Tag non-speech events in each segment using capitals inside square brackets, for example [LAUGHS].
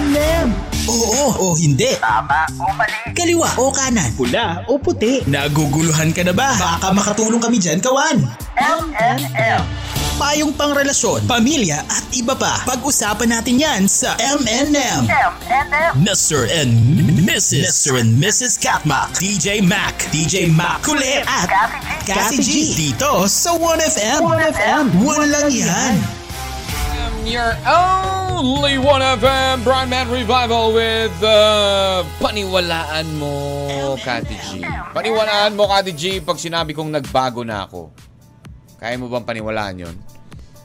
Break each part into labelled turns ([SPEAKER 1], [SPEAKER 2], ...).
[SPEAKER 1] M&M. Oo o hindi.
[SPEAKER 2] Tama o mali.
[SPEAKER 1] Kaliwa o kanan.
[SPEAKER 3] Pula o puti.
[SPEAKER 1] Naguguluhan ka na ba? Baka makatulong kami dyan, kawan.
[SPEAKER 2] MNM.
[SPEAKER 1] Payong pangrelasyon, pamilya at iba pa. Pag-usapan natin yan sa M&M.
[SPEAKER 2] MNM.
[SPEAKER 1] Mr. and Mrs. Mr. and Mrs. Katma. DJ Mac. DJ Mac. Kulit at
[SPEAKER 2] Kathy G.
[SPEAKER 1] Kathy G. Dito sa 1FM.
[SPEAKER 3] 1FM.
[SPEAKER 1] Walang yan.
[SPEAKER 4] your only 1FM Brown Man Revival with uh, Paniwalaan Mo, Kati G. Paniwalaan mo, Kati G, pag sinabi kong nagbago na ako. Kaya mo bang paniwalaan yon?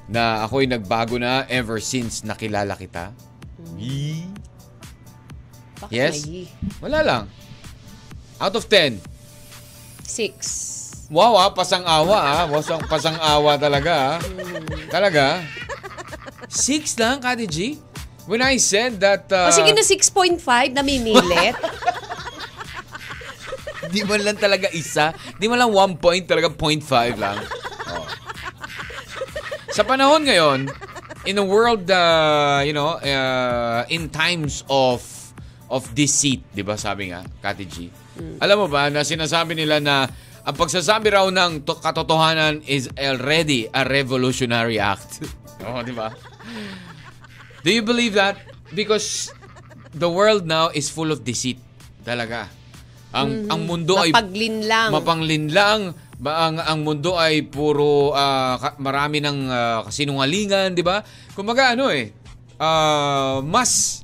[SPEAKER 4] Na ako'y nagbago na ever since nakilala kita? Yee.
[SPEAKER 5] Bakit
[SPEAKER 4] Yes?
[SPEAKER 5] may
[SPEAKER 4] Wala lang. Out of 10.
[SPEAKER 5] Six.
[SPEAKER 4] Wow ah, pasang-awa ah. Wasang, pasang-awa talaga ah. Talaga. Six lang, Kati G? When I said that...
[SPEAKER 5] O
[SPEAKER 4] Uh,
[SPEAKER 5] sige na 6.5,
[SPEAKER 4] [LAUGHS]
[SPEAKER 5] namimilit.
[SPEAKER 4] Di man lang talaga isa. Di man lang one point, talaga point five lang. Oh. Sa panahon ngayon, in a world, uh, you know, uh, in times of of deceit, di ba sabi nga, Kati G? Alam mo ba na sinasabi nila na ang pagsasabi raw ng to- katotohanan is already a revolutionary act. [LAUGHS] Oo, di ba? Do you believe that? Because the world now is full of deceit. Talaga. Ang ang mundo ay
[SPEAKER 5] Mapaglinlang.
[SPEAKER 4] mapanglinlang, ba ang ang mundo ay puro ah, ka- marami ng ah, kasinungalingan, 'di ba? Kumbaga ano eh ah, mas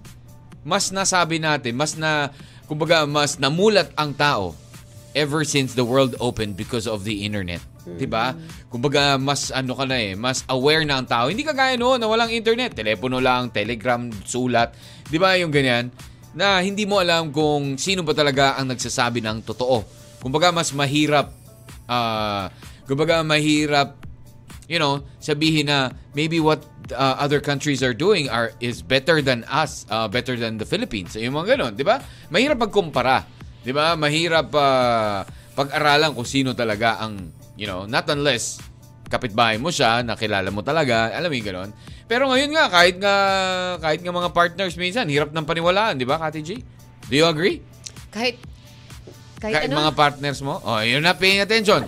[SPEAKER 4] mas nasabi natin, mas na kumbaga mas namulat ang tao ever since the world opened because of the internet. 'Di ba? Kumbaga mas ano ka na eh, mas aware na ang tao. Hindi kagaya noon na walang internet, telepono lang, telegram, sulat, 'di ba? Yung ganyan na hindi mo alam kung sino ba talaga ang nagsasabi ng totoo. Kumbaga mas mahirap ah kumbaga mahirap you know, sabihin na maybe what uh, other countries are doing are is better than us, uh, better than the Philippines. Yung mga ganun, di ba? Mahirap magkumpara. Di ba? Mahirap ah, pag-aralan kung sino talaga ang, you know, not unless kapitbahay mo siya, nakilala mo talaga, alam mo yung ganun. Pero ngayon nga, kahit nga, kahit nga mga partners minsan, hirap ng paniwalaan, di ba, Kati G? Do you agree?
[SPEAKER 5] kahit, kahit,
[SPEAKER 4] Kahit,
[SPEAKER 5] ano.
[SPEAKER 4] mga partners mo? Oh, yun na paying attention.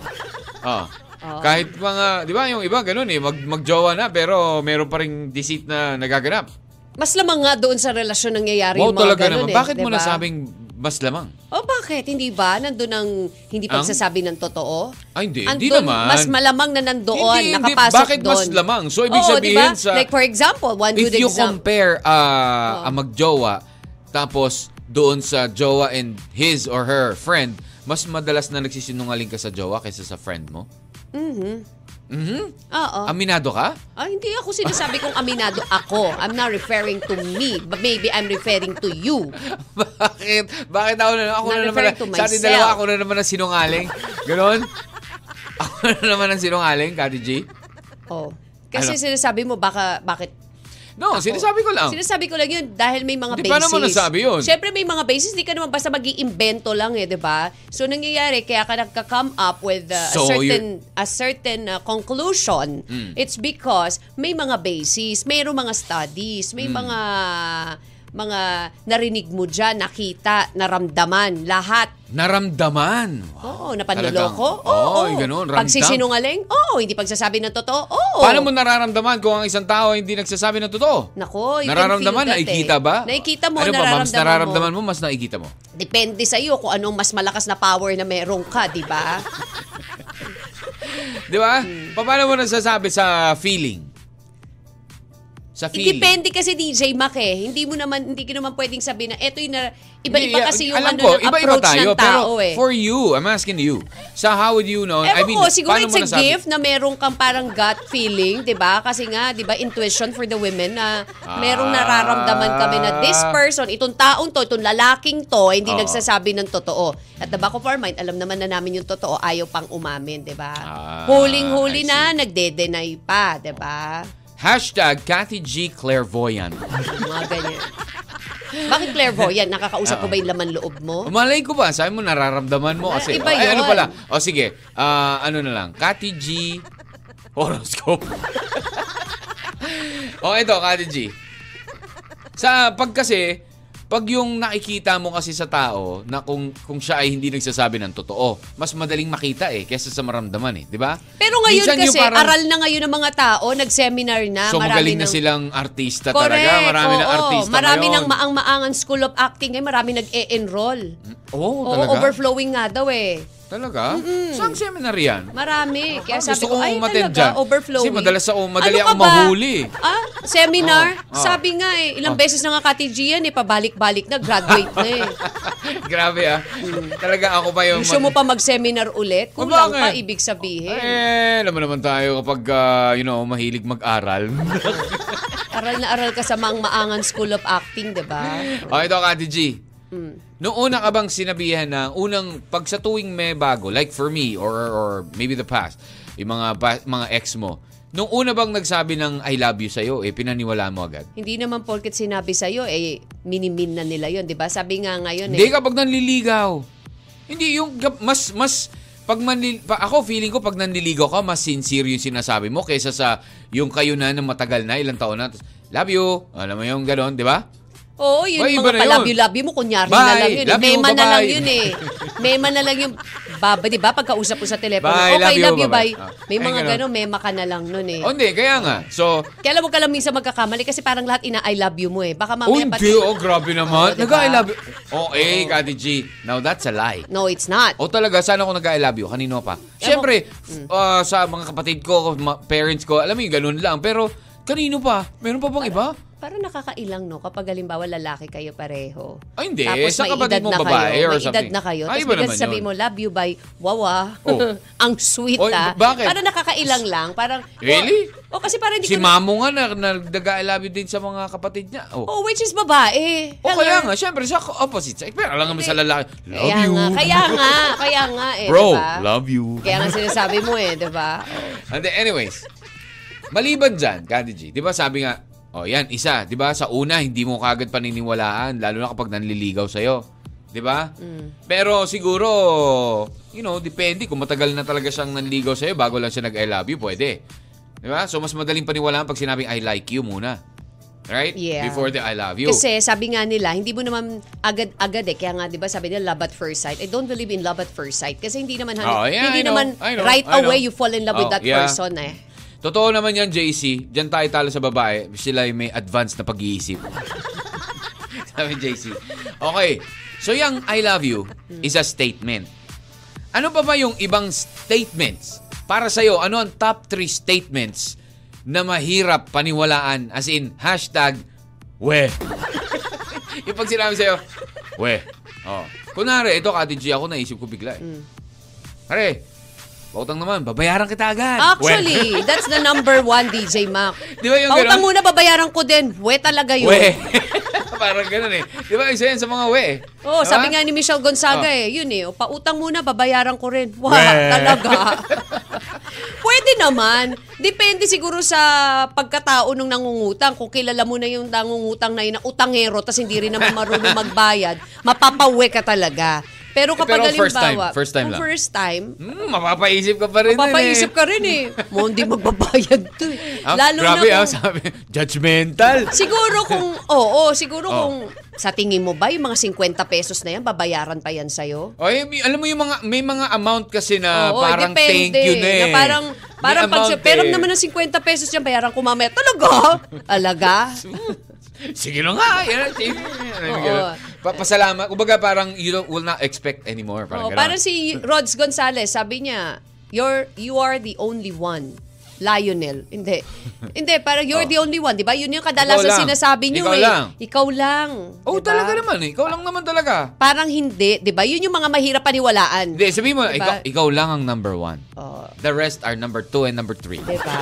[SPEAKER 4] Oh.
[SPEAKER 5] Oo.
[SPEAKER 4] Kahit mga, di ba yung iba ganun eh, mag, magjowa na pero meron pa rin deceit na nagaganap.
[SPEAKER 5] mas lamang nga doon sa relasyon nangyayari
[SPEAKER 4] Wow
[SPEAKER 5] yung mga
[SPEAKER 4] talaga
[SPEAKER 5] ganun
[SPEAKER 4] naman.
[SPEAKER 5] eh,
[SPEAKER 4] Bakit mo
[SPEAKER 5] diba?
[SPEAKER 4] nasabing mas lamang?
[SPEAKER 5] O bakit? Hindi ba? Nandun ang hindi
[SPEAKER 4] Ang?
[SPEAKER 5] pagsasabi ng totoo?
[SPEAKER 4] Ay, hindi.
[SPEAKER 5] Andun,
[SPEAKER 4] Hindi naman.
[SPEAKER 5] Mas malamang na nandoon,
[SPEAKER 4] Hindi, hindi.
[SPEAKER 5] nakapasok
[SPEAKER 4] Bakit
[SPEAKER 5] doon.
[SPEAKER 4] mas lamang? So, ibig
[SPEAKER 5] Oo,
[SPEAKER 4] sabihin
[SPEAKER 5] diba?
[SPEAKER 4] sa-
[SPEAKER 5] Like for example, one
[SPEAKER 4] If
[SPEAKER 5] good
[SPEAKER 4] you
[SPEAKER 5] example.
[SPEAKER 4] compare ah, ang magjowa tapos doon sa jowa and his or her friend, mas madalas na nagsisinungaling ka sa jowa kaysa sa friend mo?
[SPEAKER 5] Oo.
[SPEAKER 4] Aminado ka? [LAUGHS]
[SPEAKER 5] Ah, hindi ako sinasabi kong aminado ako. I'm not referring to me, but maybe I'm referring to you.
[SPEAKER 4] Bakit? Bakit ako na ako na naman?
[SPEAKER 5] Na-refer
[SPEAKER 4] na-
[SPEAKER 5] to
[SPEAKER 4] Sa ating
[SPEAKER 5] myself.
[SPEAKER 4] dalawa ako na naman ang sinungaling. Ganon? [LAUGHS] ako na naman ang sinungaling, Kati G.
[SPEAKER 5] Oh. Kasi
[SPEAKER 4] Ano?
[SPEAKER 5] sinasabi mo baka bakit
[SPEAKER 4] No, sinasabi ko lang.
[SPEAKER 5] Sinasabi ko lang yun dahil may mga
[SPEAKER 4] Hindi,
[SPEAKER 5] basis.
[SPEAKER 4] paano mo nasabi yun?
[SPEAKER 5] Siyempre may mga basis, di ka naman basta mag iimbento lang eh, di ba? So nangyayari, kaya ka nagka-come up with uh,
[SPEAKER 4] So, Hmm.
[SPEAKER 5] a certain, a certain uh, conclusion. It's because may mga basis, mayroong mga studies, may
[SPEAKER 4] Hmm.
[SPEAKER 5] mga mga narinig mo dyan, nakita, naramdaman, lahat.
[SPEAKER 4] Naramdaman.
[SPEAKER 5] Oo,
[SPEAKER 4] Ah, Talagang-
[SPEAKER 5] napanloloko.
[SPEAKER 4] Oo,
[SPEAKER 5] Oo,
[SPEAKER 4] yung ganun. Ramdam.
[SPEAKER 5] Pagsisinungaling? Oo, hindi pagsasabi ng totoo? Oo.
[SPEAKER 4] Paano mo nararamdaman kung ang isang tao ay hindi nagsasabi ng totoo?
[SPEAKER 5] Nako, you can
[SPEAKER 4] nararamdaman,
[SPEAKER 5] feel that, eh.
[SPEAKER 4] nakikita ba?
[SPEAKER 5] Nakikita mo,
[SPEAKER 4] ano ba, mas
[SPEAKER 5] nararamdaman
[SPEAKER 4] nararamdaman mo, mas nakikita mo.
[SPEAKER 5] Depende sa iyo kung anong mas malakas na power na meron ka, di ba?
[SPEAKER 4] Di ba?
[SPEAKER 5] Hmm.
[SPEAKER 4] Paano mo nasasabi sa feeling? Sa [LAUGHS] feeling.
[SPEAKER 5] Depende kasi DJ Mac eh. Hindi mo naman hindi ka naman pwedeng sabihin na eto yung na, iba-iba
[SPEAKER 4] Hindi,
[SPEAKER 5] kasi yung
[SPEAKER 4] alam
[SPEAKER 5] ano
[SPEAKER 4] ko,
[SPEAKER 5] ng approach
[SPEAKER 4] pero
[SPEAKER 5] ng tao eh.
[SPEAKER 4] for you, I'm asking you. So how would you know?
[SPEAKER 5] Ewan
[SPEAKER 4] I mean,
[SPEAKER 5] ko, siguro
[SPEAKER 4] paano
[SPEAKER 5] it's
[SPEAKER 4] mo
[SPEAKER 5] a
[SPEAKER 4] nasabi?
[SPEAKER 5] gift na meron kang parang gut feeling, di ba? Kasi nga, di ba, intuition for the women na merong
[SPEAKER 4] Ah.
[SPEAKER 5] nararamdaman kami na this person, itong taong to, itong lalaking to, hindi
[SPEAKER 4] Oo.
[SPEAKER 5] nagsasabi ng totoo. At the back of our mind, alam naman na namin yung totoo, ayaw pang umamin, di ba?
[SPEAKER 4] Ah, I
[SPEAKER 5] Huling-huli
[SPEAKER 4] see.
[SPEAKER 5] na, nagde-deny pa, di ba?
[SPEAKER 4] Hashtag Cathy G Clairvoyant.
[SPEAKER 5] Mga ganyan. Bakit clairvoyant? Nakakausap ko ba yung laman loob mo?
[SPEAKER 4] Malay ko ba? Sabi mo nararamdaman mo kasi.
[SPEAKER 5] Iba
[SPEAKER 4] Ay, ano
[SPEAKER 5] yun.
[SPEAKER 4] pala? O sige, ah, ano na lang. Cathy G [LAUGHS] horoscope. o ito, Cathy G. Sa pag kasi pag yung nakikita mo kasi sa tao na kung kung siya ay hindi nagsasabi ng totoo, mas madaling makita eh kaysa sa maramdaman eh, di ba?
[SPEAKER 5] Pero ngayon
[SPEAKER 4] Minsan yung
[SPEAKER 5] kasi,
[SPEAKER 4] parang-
[SPEAKER 5] aral na ngayon ng mga tao, nag-seminar na.
[SPEAKER 4] So magaling
[SPEAKER 5] marami
[SPEAKER 4] na
[SPEAKER 5] ng-
[SPEAKER 4] silang artista
[SPEAKER 5] Correct.
[SPEAKER 4] talaga, marami
[SPEAKER 5] oo,
[SPEAKER 4] ng artista
[SPEAKER 5] Marami
[SPEAKER 4] ngayon.
[SPEAKER 5] ng maang-maangan school of acting, eh, marami nag-e-enroll.
[SPEAKER 4] Oo,
[SPEAKER 5] Oo,
[SPEAKER 4] Mm. talaga.
[SPEAKER 5] overflowing nga daw eh.
[SPEAKER 4] Talaga? Saan seminar yan?
[SPEAKER 5] Marami. Kaya
[SPEAKER 4] Ah,
[SPEAKER 5] sabi
[SPEAKER 4] gusto
[SPEAKER 5] ko,
[SPEAKER 4] kong
[SPEAKER 5] ay
[SPEAKER 4] umattend
[SPEAKER 5] talaga,
[SPEAKER 4] dyan.
[SPEAKER 5] overflowing. Ano
[SPEAKER 4] Kasi madalas ako- madali
[SPEAKER 5] ka
[SPEAKER 4] akong
[SPEAKER 5] ba?
[SPEAKER 4] mahuli. Oh.
[SPEAKER 5] Ah, seminar?
[SPEAKER 4] Oo, oo.
[SPEAKER 5] Sabi nga eh, ilang
[SPEAKER 4] Oo.
[SPEAKER 5] beses na nga Kati Gian eh, pabalik-balik na, graduate na
[SPEAKER 4] [LAUGHS]
[SPEAKER 5] eh.
[SPEAKER 4] Grabe ah. Talaga ako pa yung...
[SPEAKER 5] Gusto mo pa mag-seminar ulit? Kulang
[SPEAKER 4] Bakit?
[SPEAKER 5] pa, ibig sabihin.
[SPEAKER 4] Eh, alam mo naman tayo kapag, ah, you know, mahilig
[SPEAKER 5] [LAUGHS]
[SPEAKER 4] mag-aral.
[SPEAKER 5] Aral na aral ka sa maang-maangan school of acting, di
[SPEAKER 4] [LAUGHS]
[SPEAKER 5] ba?
[SPEAKER 4] okay, ito, Kati G.
[SPEAKER 5] Hmm.
[SPEAKER 4] Noong una ka bang sinabihan na unang pag sa tuwing may bago, like for me or or maybe the past, yung mga pa- mga ex mo, nung una bang nagsabi ng I love you sa'yo, eh, pinaniwala mo agad?
[SPEAKER 5] Hindi naman porket sinabi sa'yo, eh, minimin na nila yon di ba? Sabi nga ngayon
[SPEAKER 4] Hindi
[SPEAKER 5] eh.
[SPEAKER 4] kapag nanliligaw. Hindi yung kap- mas mas pag manli- pa, ako feeling ko pag nanliligaw ka mas sincere yung sinasabi mo kaysa sa yung kayo na na matagal na ilang taon na tapos, love you alam mo yung ganon di ba
[SPEAKER 5] Oo, yun
[SPEAKER 4] Ay, iba
[SPEAKER 5] mga
[SPEAKER 4] na yun.
[SPEAKER 5] palabyo-labyo mo, kunyari na
[SPEAKER 4] Bye.
[SPEAKER 5] lang yun. eh.
[SPEAKER 4] Love you,
[SPEAKER 5] Mema na
[SPEAKER 4] bye-bye.
[SPEAKER 5] lang yun eh. Mema na lang yung, baba, di ba? Pagkausap mo sa telepono,
[SPEAKER 4] Bye, love
[SPEAKER 5] okay, love
[SPEAKER 4] you,
[SPEAKER 5] you, bye.
[SPEAKER 4] bye-bye. Ah,
[SPEAKER 5] May
[SPEAKER 4] ayun,
[SPEAKER 5] mga
[SPEAKER 4] ganun.
[SPEAKER 5] gano'n, mema ka na lang nun eh.
[SPEAKER 4] o hindi kaya nga so
[SPEAKER 5] Kaya alam mo ka lang minsan magkakamali kasi parang lahat ina I love you mo eh. Baka
[SPEAKER 4] oh
[SPEAKER 5] mamaya Diba?
[SPEAKER 4] hindi oh grabe naman
[SPEAKER 5] [LAUGHS] Oo, di
[SPEAKER 4] nag I
[SPEAKER 5] ba?
[SPEAKER 4] love you oh eh Kati G now that's a lie
[SPEAKER 5] No, it's not.
[SPEAKER 4] O talaga, sana ako nag-I love you. Kanino pa? Siyempre, f-
[SPEAKER 5] Mm.
[SPEAKER 4] ah, sa mga kapatid ko, ma- parents ko, alam mo yung ganun lang. Pero, kanino pa? Meron pa bang iba?
[SPEAKER 5] Parang nakakailang no kapag halimbawa lalaki kayo pareho.
[SPEAKER 4] Ay, hindi.
[SPEAKER 5] Tapos
[SPEAKER 4] Sa
[SPEAKER 5] may
[SPEAKER 4] kapatid
[SPEAKER 5] edad
[SPEAKER 4] mong
[SPEAKER 5] na
[SPEAKER 4] babae or
[SPEAKER 5] kayo, may edad
[SPEAKER 4] something.
[SPEAKER 5] na kayo.
[SPEAKER 4] Ay,
[SPEAKER 5] Tapos
[SPEAKER 4] iba
[SPEAKER 5] bigla
[SPEAKER 4] naman
[SPEAKER 5] sabi
[SPEAKER 4] yun.
[SPEAKER 5] mo love you by wawa.
[SPEAKER 4] Oh.
[SPEAKER 5] [LAUGHS] Ang sweet
[SPEAKER 4] Oy,
[SPEAKER 5] ah.
[SPEAKER 4] bakit?
[SPEAKER 5] Parang nakakailang lang. Parang
[SPEAKER 4] Really?
[SPEAKER 5] O kasi parang hindi
[SPEAKER 4] Si
[SPEAKER 5] ko-
[SPEAKER 4] Mamo nga na, nag-I love you din sa mga kapatid niya. Oh.
[SPEAKER 5] Oh, which is babae.
[SPEAKER 4] O Oh,
[SPEAKER 5] Hello?
[SPEAKER 4] kaya nga, syempre, sa opposite sex. Pero alam naman sa lalaki, love
[SPEAKER 5] kaya
[SPEAKER 4] you.
[SPEAKER 5] Nga, kaya nga, kaya nga eh,
[SPEAKER 4] Bro,
[SPEAKER 5] diba?
[SPEAKER 4] love you.
[SPEAKER 5] Kaya nga sinasabi mo eh, 'di ba?
[SPEAKER 4] And then, anyways, maliban dyan, Candy G, di ba sabi nga, oh yan, isa, di ba, sa una, hindi mo kagad paniniwalaan, lalo na kapag nanliligaw sa'yo. Di ba?
[SPEAKER 5] Mm.
[SPEAKER 4] Pero siguro, you know, depende. Kung matagal na talaga siyang nanligaw sa'yo, bago lang siya nag-I love you, pwede. Di ba? So, mas madaling paniwalaan pag sinabing I like you muna. Right?
[SPEAKER 5] Yeah.
[SPEAKER 4] Before the I love you.
[SPEAKER 5] Kasi sabi nga nila, hindi mo naman agad-agad eh. Kaya nga, di ba, sabi nila, love at first sight. I don't believe in love at first sight. Kasi hindi naman,
[SPEAKER 4] Oh, yeah, I
[SPEAKER 5] hindi
[SPEAKER 4] know.
[SPEAKER 5] naman
[SPEAKER 4] I know.
[SPEAKER 5] right
[SPEAKER 4] I know.
[SPEAKER 5] away you fall in love with
[SPEAKER 4] Oh,
[SPEAKER 5] that
[SPEAKER 4] yeah.
[SPEAKER 5] person eh.
[SPEAKER 4] Totoo naman yan, JC. Diyan tayo talo sa babae. Sila yung may advance na pag-iisip. [LAUGHS] Sabi JC. Okay. So yung I love you is a statement. Ano pa ba yung ibang statements? Para sa'yo, ano ang top 3 statements na mahirap paniwalaan? As in, hashtag, we. [LAUGHS] yung pag sinabi sa'yo, we. Oh. Kunwari, ito, Kati G, ako naisip ko bigla eh. Pare, bautang naman, babayaran kita agad. We. [LAUGHS]
[SPEAKER 5] Actually, that's the number one, DJ Mac.
[SPEAKER 4] Di ba yung
[SPEAKER 5] Pautang
[SPEAKER 4] ganun?
[SPEAKER 5] muna, babayaran ko din. We talaga yun.
[SPEAKER 4] We. [LAUGHS] Parang ganun eh. Di ba isa yan sa mga we eh.
[SPEAKER 5] Oh,
[SPEAKER 4] Diba?
[SPEAKER 5] sabi nga ni Michelle Gonzaga
[SPEAKER 4] Oh.
[SPEAKER 5] eh, yun eh, oh, pautang muna, babayaran ko rin. Wow,
[SPEAKER 4] Weh.
[SPEAKER 5] talaga. [LAUGHS] Pwede naman. Depende siguro sa pagkatao nung nangungutang. Kung kilala mo na yung nangungutang na yun na utangero tapos hindi rin
[SPEAKER 4] [LAUGHS]
[SPEAKER 5] naman marunong magbayad, mapapawe ka talaga. Pero
[SPEAKER 4] Eh,
[SPEAKER 5] kapag
[SPEAKER 4] Pero first time,
[SPEAKER 5] halimbawa,
[SPEAKER 4] first time
[SPEAKER 5] kung
[SPEAKER 4] lang.
[SPEAKER 5] first time,
[SPEAKER 4] Hmm, mapapaisip ka pa rin
[SPEAKER 5] mapapaisip
[SPEAKER 4] eh.
[SPEAKER 5] ka rin
[SPEAKER 4] [LAUGHS]
[SPEAKER 5] eh. Mo hindi magbabayad to eh. Lalo
[SPEAKER 4] grabe
[SPEAKER 5] na
[SPEAKER 4] ah, [LAUGHS]
[SPEAKER 5] kung,
[SPEAKER 4] sabi. Judgmental.
[SPEAKER 5] Siguro kung, oo, siguro
[SPEAKER 4] Oh.
[SPEAKER 5] kung sa tingin mo ba yung mga 50 pesos na yan, babayaran pa yan sa'yo?
[SPEAKER 4] O, eh, may- alam mo yung mga, may mga amount kasi na
[SPEAKER 5] Oo,
[SPEAKER 4] Ah,
[SPEAKER 5] eh,
[SPEAKER 4] parang thank you na eh.
[SPEAKER 5] Na parang,
[SPEAKER 4] May
[SPEAKER 5] parang pag
[SPEAKER 4] amount
[SPEAKER 5] siya, pero
[SPEAKER 4] eh.
[SPEAKER 5] naman ng 50 pesos yan, bayaran ko mamaya.
[SPEAKER 4] [LAUGHS]
[SPEAKER 5] Talaga? Alaga?
[SPEAKER 4] Sige na nga. Yan, sige. Ano,
[SPEAKER 5] Oo.
[SPEAKER 4] ganun. Pa- pasalamat. Kumbaga parang you don't, will not expect anymore. Parang
[SPEAKER 5] Oo,
[SPEAKER 4] ganun.
[SPEAKER 5] parang si Rods Gonzalez, sabi niya, you're, you are the only one. Lionel. Hindi. Hindi, parang you're
[SPEAKER 4] Oh.
[SPEAKER 5] the only one. Di ba? Yun yung
[SPEAKER 4] Ikaw lang.
[SPEAKER 5] kadalasan sinasabi niyo
[SPEAKER 4] Ikaw
[SPEAKER 5] eh.
[SPEAKER 4] lang.
[SPEAKER 5] Ikaw lang.
[SPEAKER 4] Oh,
[SPEAKER 5] Di ba?
[SPEAKER 4] talaga naman eh. Ikaw lang naman talaga.
[SPEAKER 5] Parang hindi, di ba? Yun yung mga mahirap paniwalaan.
[SPEAKER 4] Hindi, sabihin mo, ikaw,
[SPEAKER 5] Diba?
[SPEAKER 4] ikaw lang ang number one.
[SPEAKER 5] Oo.
[SPEAKER 4] The rest are number two and number three.
[SPEAKER 5] Di ba?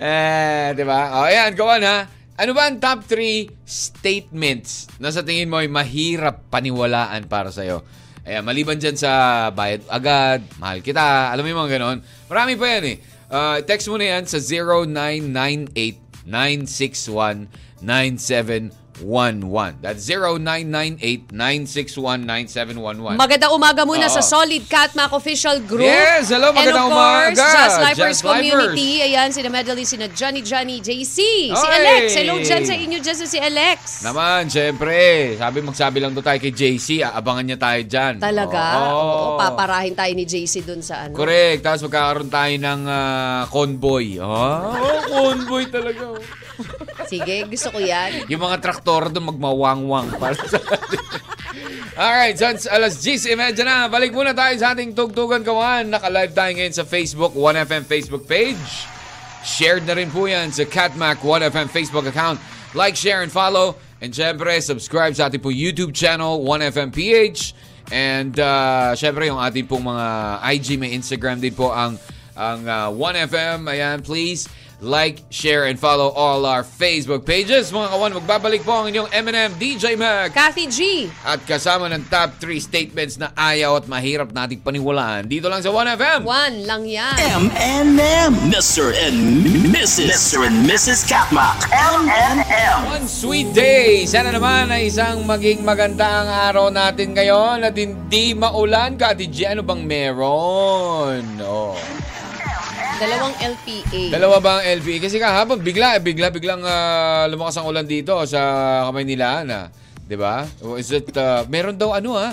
[SPEAKER 4] Eh, di ba? O, ayan, go on ha. Ano ba ang top 3 statements na sa tingin mo ay mahirap paniwalaan para sa'yo? Ayan, maliban dyan sa bayad agad, mahal kita, alam mo yung mga ganon. Marami pa yan eh. Ah, text mo na yan sa 0998-961-9710. 0998-961-9711. That's 0998-961-9711.
[SPEAKER 5] Magandang umaga muna
[SPEAKER 4] Oo.
[SPEAKER 5] sa Solid Catmac Official Group.
[SPEAKER 4] Yes, hello, magandang
[SPEAKER 5] And of course,
[SPEAKER 4] umaga,
[SPEAKER 5] Just Lifers
[SPEAKER 4] Just
[SPEAKER 5] Community. Ayan, sina Medley, sina Johnny Johnny, JC, si
[SPEAKER 4] Oy!
[SPEAKER 5] Alex. Hello dyan sa inyo dyan sa si Alex.
[SPEAKER 4] Naman, syempre. Sabi, magsabi lang doon tayo kay JC. Aabangan niya tayo dyan. Oo.
[SPEAKER 5] Talaga? Oo, paparahin tayo ni JC dun sa ano.
[SPEAKER 4] Correct. Tapos magkakaroon tayo ng ah, convoy. Ah, Oh, convoy talaga. oh.
[SPEAKER 5] Sige, gusto ko yan.
[SPEAKER 4] Yung mga traktor doon magmawangwang para sa Alright, since alas 10.30 na, balik muna tayo sa ating Tugtugan Kawan. Naka-live tayo ngayon sa Facebook, 1FM Facebook page. Shared na rin po yan sa Catmac 1FM Facebook account. Like, share, and follow. And syempre, subscribe sa ating po YouTube channel, 1FM PH. And uh, syempre, yung ating pong mga IG, may Instagram din po ang, ang uh, 1FM. Ayan, please like, share, and follow all our Facebook pages. Mga kawan, magbabalik po ang inyong M&M DJ Mac.
[SPEAKER 5] Kathy G,
[SPEAKER 4] At kasama ng top 3 statements na ayaw at mahirap nating paniwalaan dito lang sa 1FM.
[SPEAKER 5] one lang yan.
[SPEAKER 1] M and M. Mr. and Mrs. Mr. and Mrs. Katmak.
[SPEAKER 2] MNM.
[SPEAKER 4] One sweet day! Sana naman ay isang maging maganda ang araw natin ngayon at hindi maulan. Kati G, ano bang meron? Oh.
[SPEAKER 5] Dalawang LPA.
[SPEAKER 4] Dalawa ba ang LPE? Kasi kahapon, bigla, eh, bigla, biglang ah, lumakas ang ulan dito sa Kamaynilaan, ah. 'Di ba? O Is it, ah, meron daw ano, ah.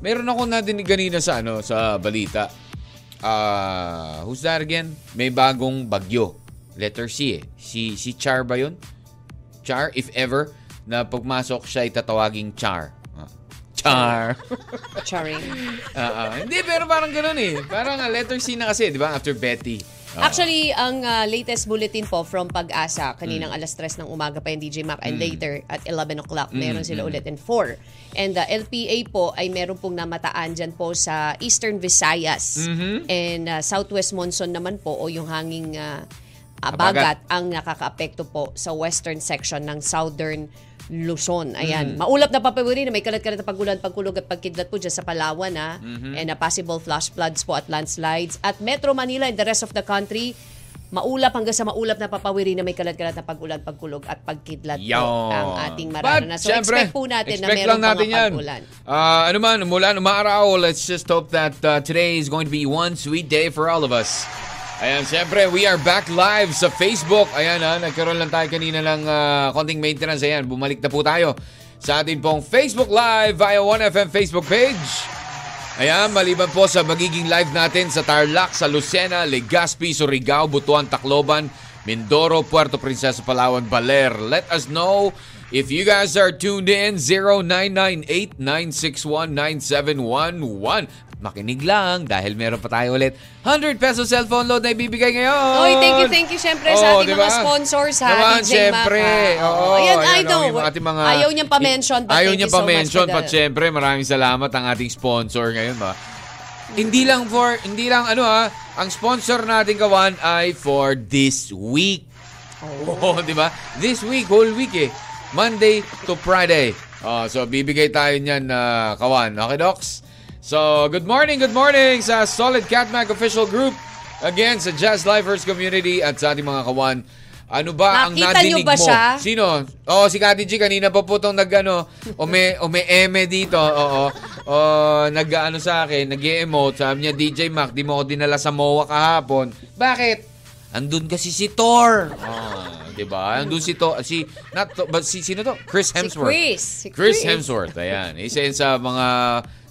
[SPEAKER 4] Meron ako nadinig kanina sa, ano, sa balita. Ah, who's that again? May bagong bagyo. Letter C, eh. Si, si Char ba yun? Char, if ever, na pagmasok siya ay tatawaging Char. Ah, Char.
[SPEAKER 5] Charing.
[SPEAKER 4] Ah, ah. Hindi, pero parang ganun eh. Parang ah, letter C na kasi, di ba? After Betty. Ah.
[SPEAKER 5] Actually, ang uh, latest bulletin po from Pag-asa, kaninang alas 3 ng umaga pa yung DJ Mac and later at 11 o'clock, meron sila ulit and 4. And ah, the LPA po ay meron pong namataan dyan po sa Eastern Visayas and uh, Southwest Monsoon naman po o yung hanging uh, uh,
[SPEAKER 4] Bagat.
[SPEAKER 5] bagat ang nakakaapekto po sa western section ng Southern Luzon.
[SPEAKER 4] Mm.
[SPEAKER 5] Ayan, maulap na papawiri na may kalat-kalat na pagulan, pagkulog at pagkidlat po dyan sa Palawan ha.
[SPEAKER 4] Mm-hmm.
[SPEAKER 5] And uh, possible flash floods po at landslides. At Metro Manila and the rest of the country, maulap hanggang sa maulap na papawiri na may kalat-kalat na pagulan, pagkulog at pagkidlat po
[SPEAKER 4] Yon.
[SPEAKER 5] ang ating maranasan. So expect po natin na
[SPEAKER 4] expect
[SPEAKER 5] meron
[SPEAKER 4] lang natin
[SPEAKER 5] pang
[SPEAKER 4] yan.
[SPEAKER 5] pagulan.
[SPEAKER 4] Ah, ano man, umulan, umaaraw, let's just hope that uh, today is going to be one sweet day for all of us. Ayan, syempre, we are back live sa Facebook. Ayan ha, nagkaroon lang tayo kanina ng ah, konting maintenance. Ayan, bumalik na po tayo sa ating pong Facebook Live via 1FM Facebook page. Ayan, maliban po sa magiging live natin sa Tarlac, sa Lucena, Legazpi, Surigao, Butuan, Tacloban, Mindoro, Puerto Princesa, Palawan, Baler. Let us know if you guys are tuned in 0998-961-9711. Makinig lang dahil meron pa tayo ulit 100 peso cellphone load na ibibigay ngayon.
[SPEAKER 5] Oy, thank you, thank you syempre sa
[SPEAKER 4] Oo,
[SPEAKER 5] ating
[SPEAKER 4] diba?
[SPEAKER 5] mga sponsors ha.
[SPEAKER 4] Naman,
[SPEAKER 5] DJ
[SPEAKER 4] syempre.
[SPEAKER 5] Mac, ha.
[SPEAKER 4] Oo,
[SPEAKER 5] Oo. Ayan,
[SPEAKER 4] ayan,
[SPEAKER 5] I know.
[SPEAKER 4] oh, yung ating mga,
[SPEAKER 5] ayaw niyang pa-mention.
[SPEAKER 4] Ayaw
[SPEAKER 5] but thank
[SPEAKER 4] niyang
[SPEAKER 5] you so much for
[SPEAKER 4] pa-mention,
[SPEAKER 5] the-
[SPEAKER 4] but syempre, maraming salamat ang ating sponsor ngayon. Ha? Hindi lang for, hindi lang ano ha, ang sponsor natin kawan ay for this week.
[SPEAKER 5] Oh.
[SPEAKER 4] Oo, [LAUGHS] di ba? This week, whole week eh. Monday to Friday. Oh, so, bibigay tayo niyan na kawan. Okay, Docs? So, good morning, good morning sa Solid Catmac Official Group. Again, sa Jazz Lifers Community at sa ating mga kawan. Ano ba ang
[SPEAKER 5] Nakita
[SPEAKER 4] nadinig
[SPEAKER 5] niyo ba
[SPEAKER 4] mo?
[SPEAKER 5] siya?
[SPEAKER 4] Sino? Oo, si Kati G kanina pa po itong nag ano, ume, ume-eme dito. Oo. Oh, nag-ano sa akin, nag emote Sabi niya, DJ Mac, di mo ako dinala sa MOA kahapon. Bakit? Andun kasi si Thor. Ah, di ba? Andun si Thor. Si, not, Thor, but si, sino to? Chris
[SPEAKER 5] Si
[SPEAKER 4] Hemsworth.
[SPEAKER 5] Chris. Si
[SPEAKER 4] Chris Hemsworth, ayan. Isa yun sa mga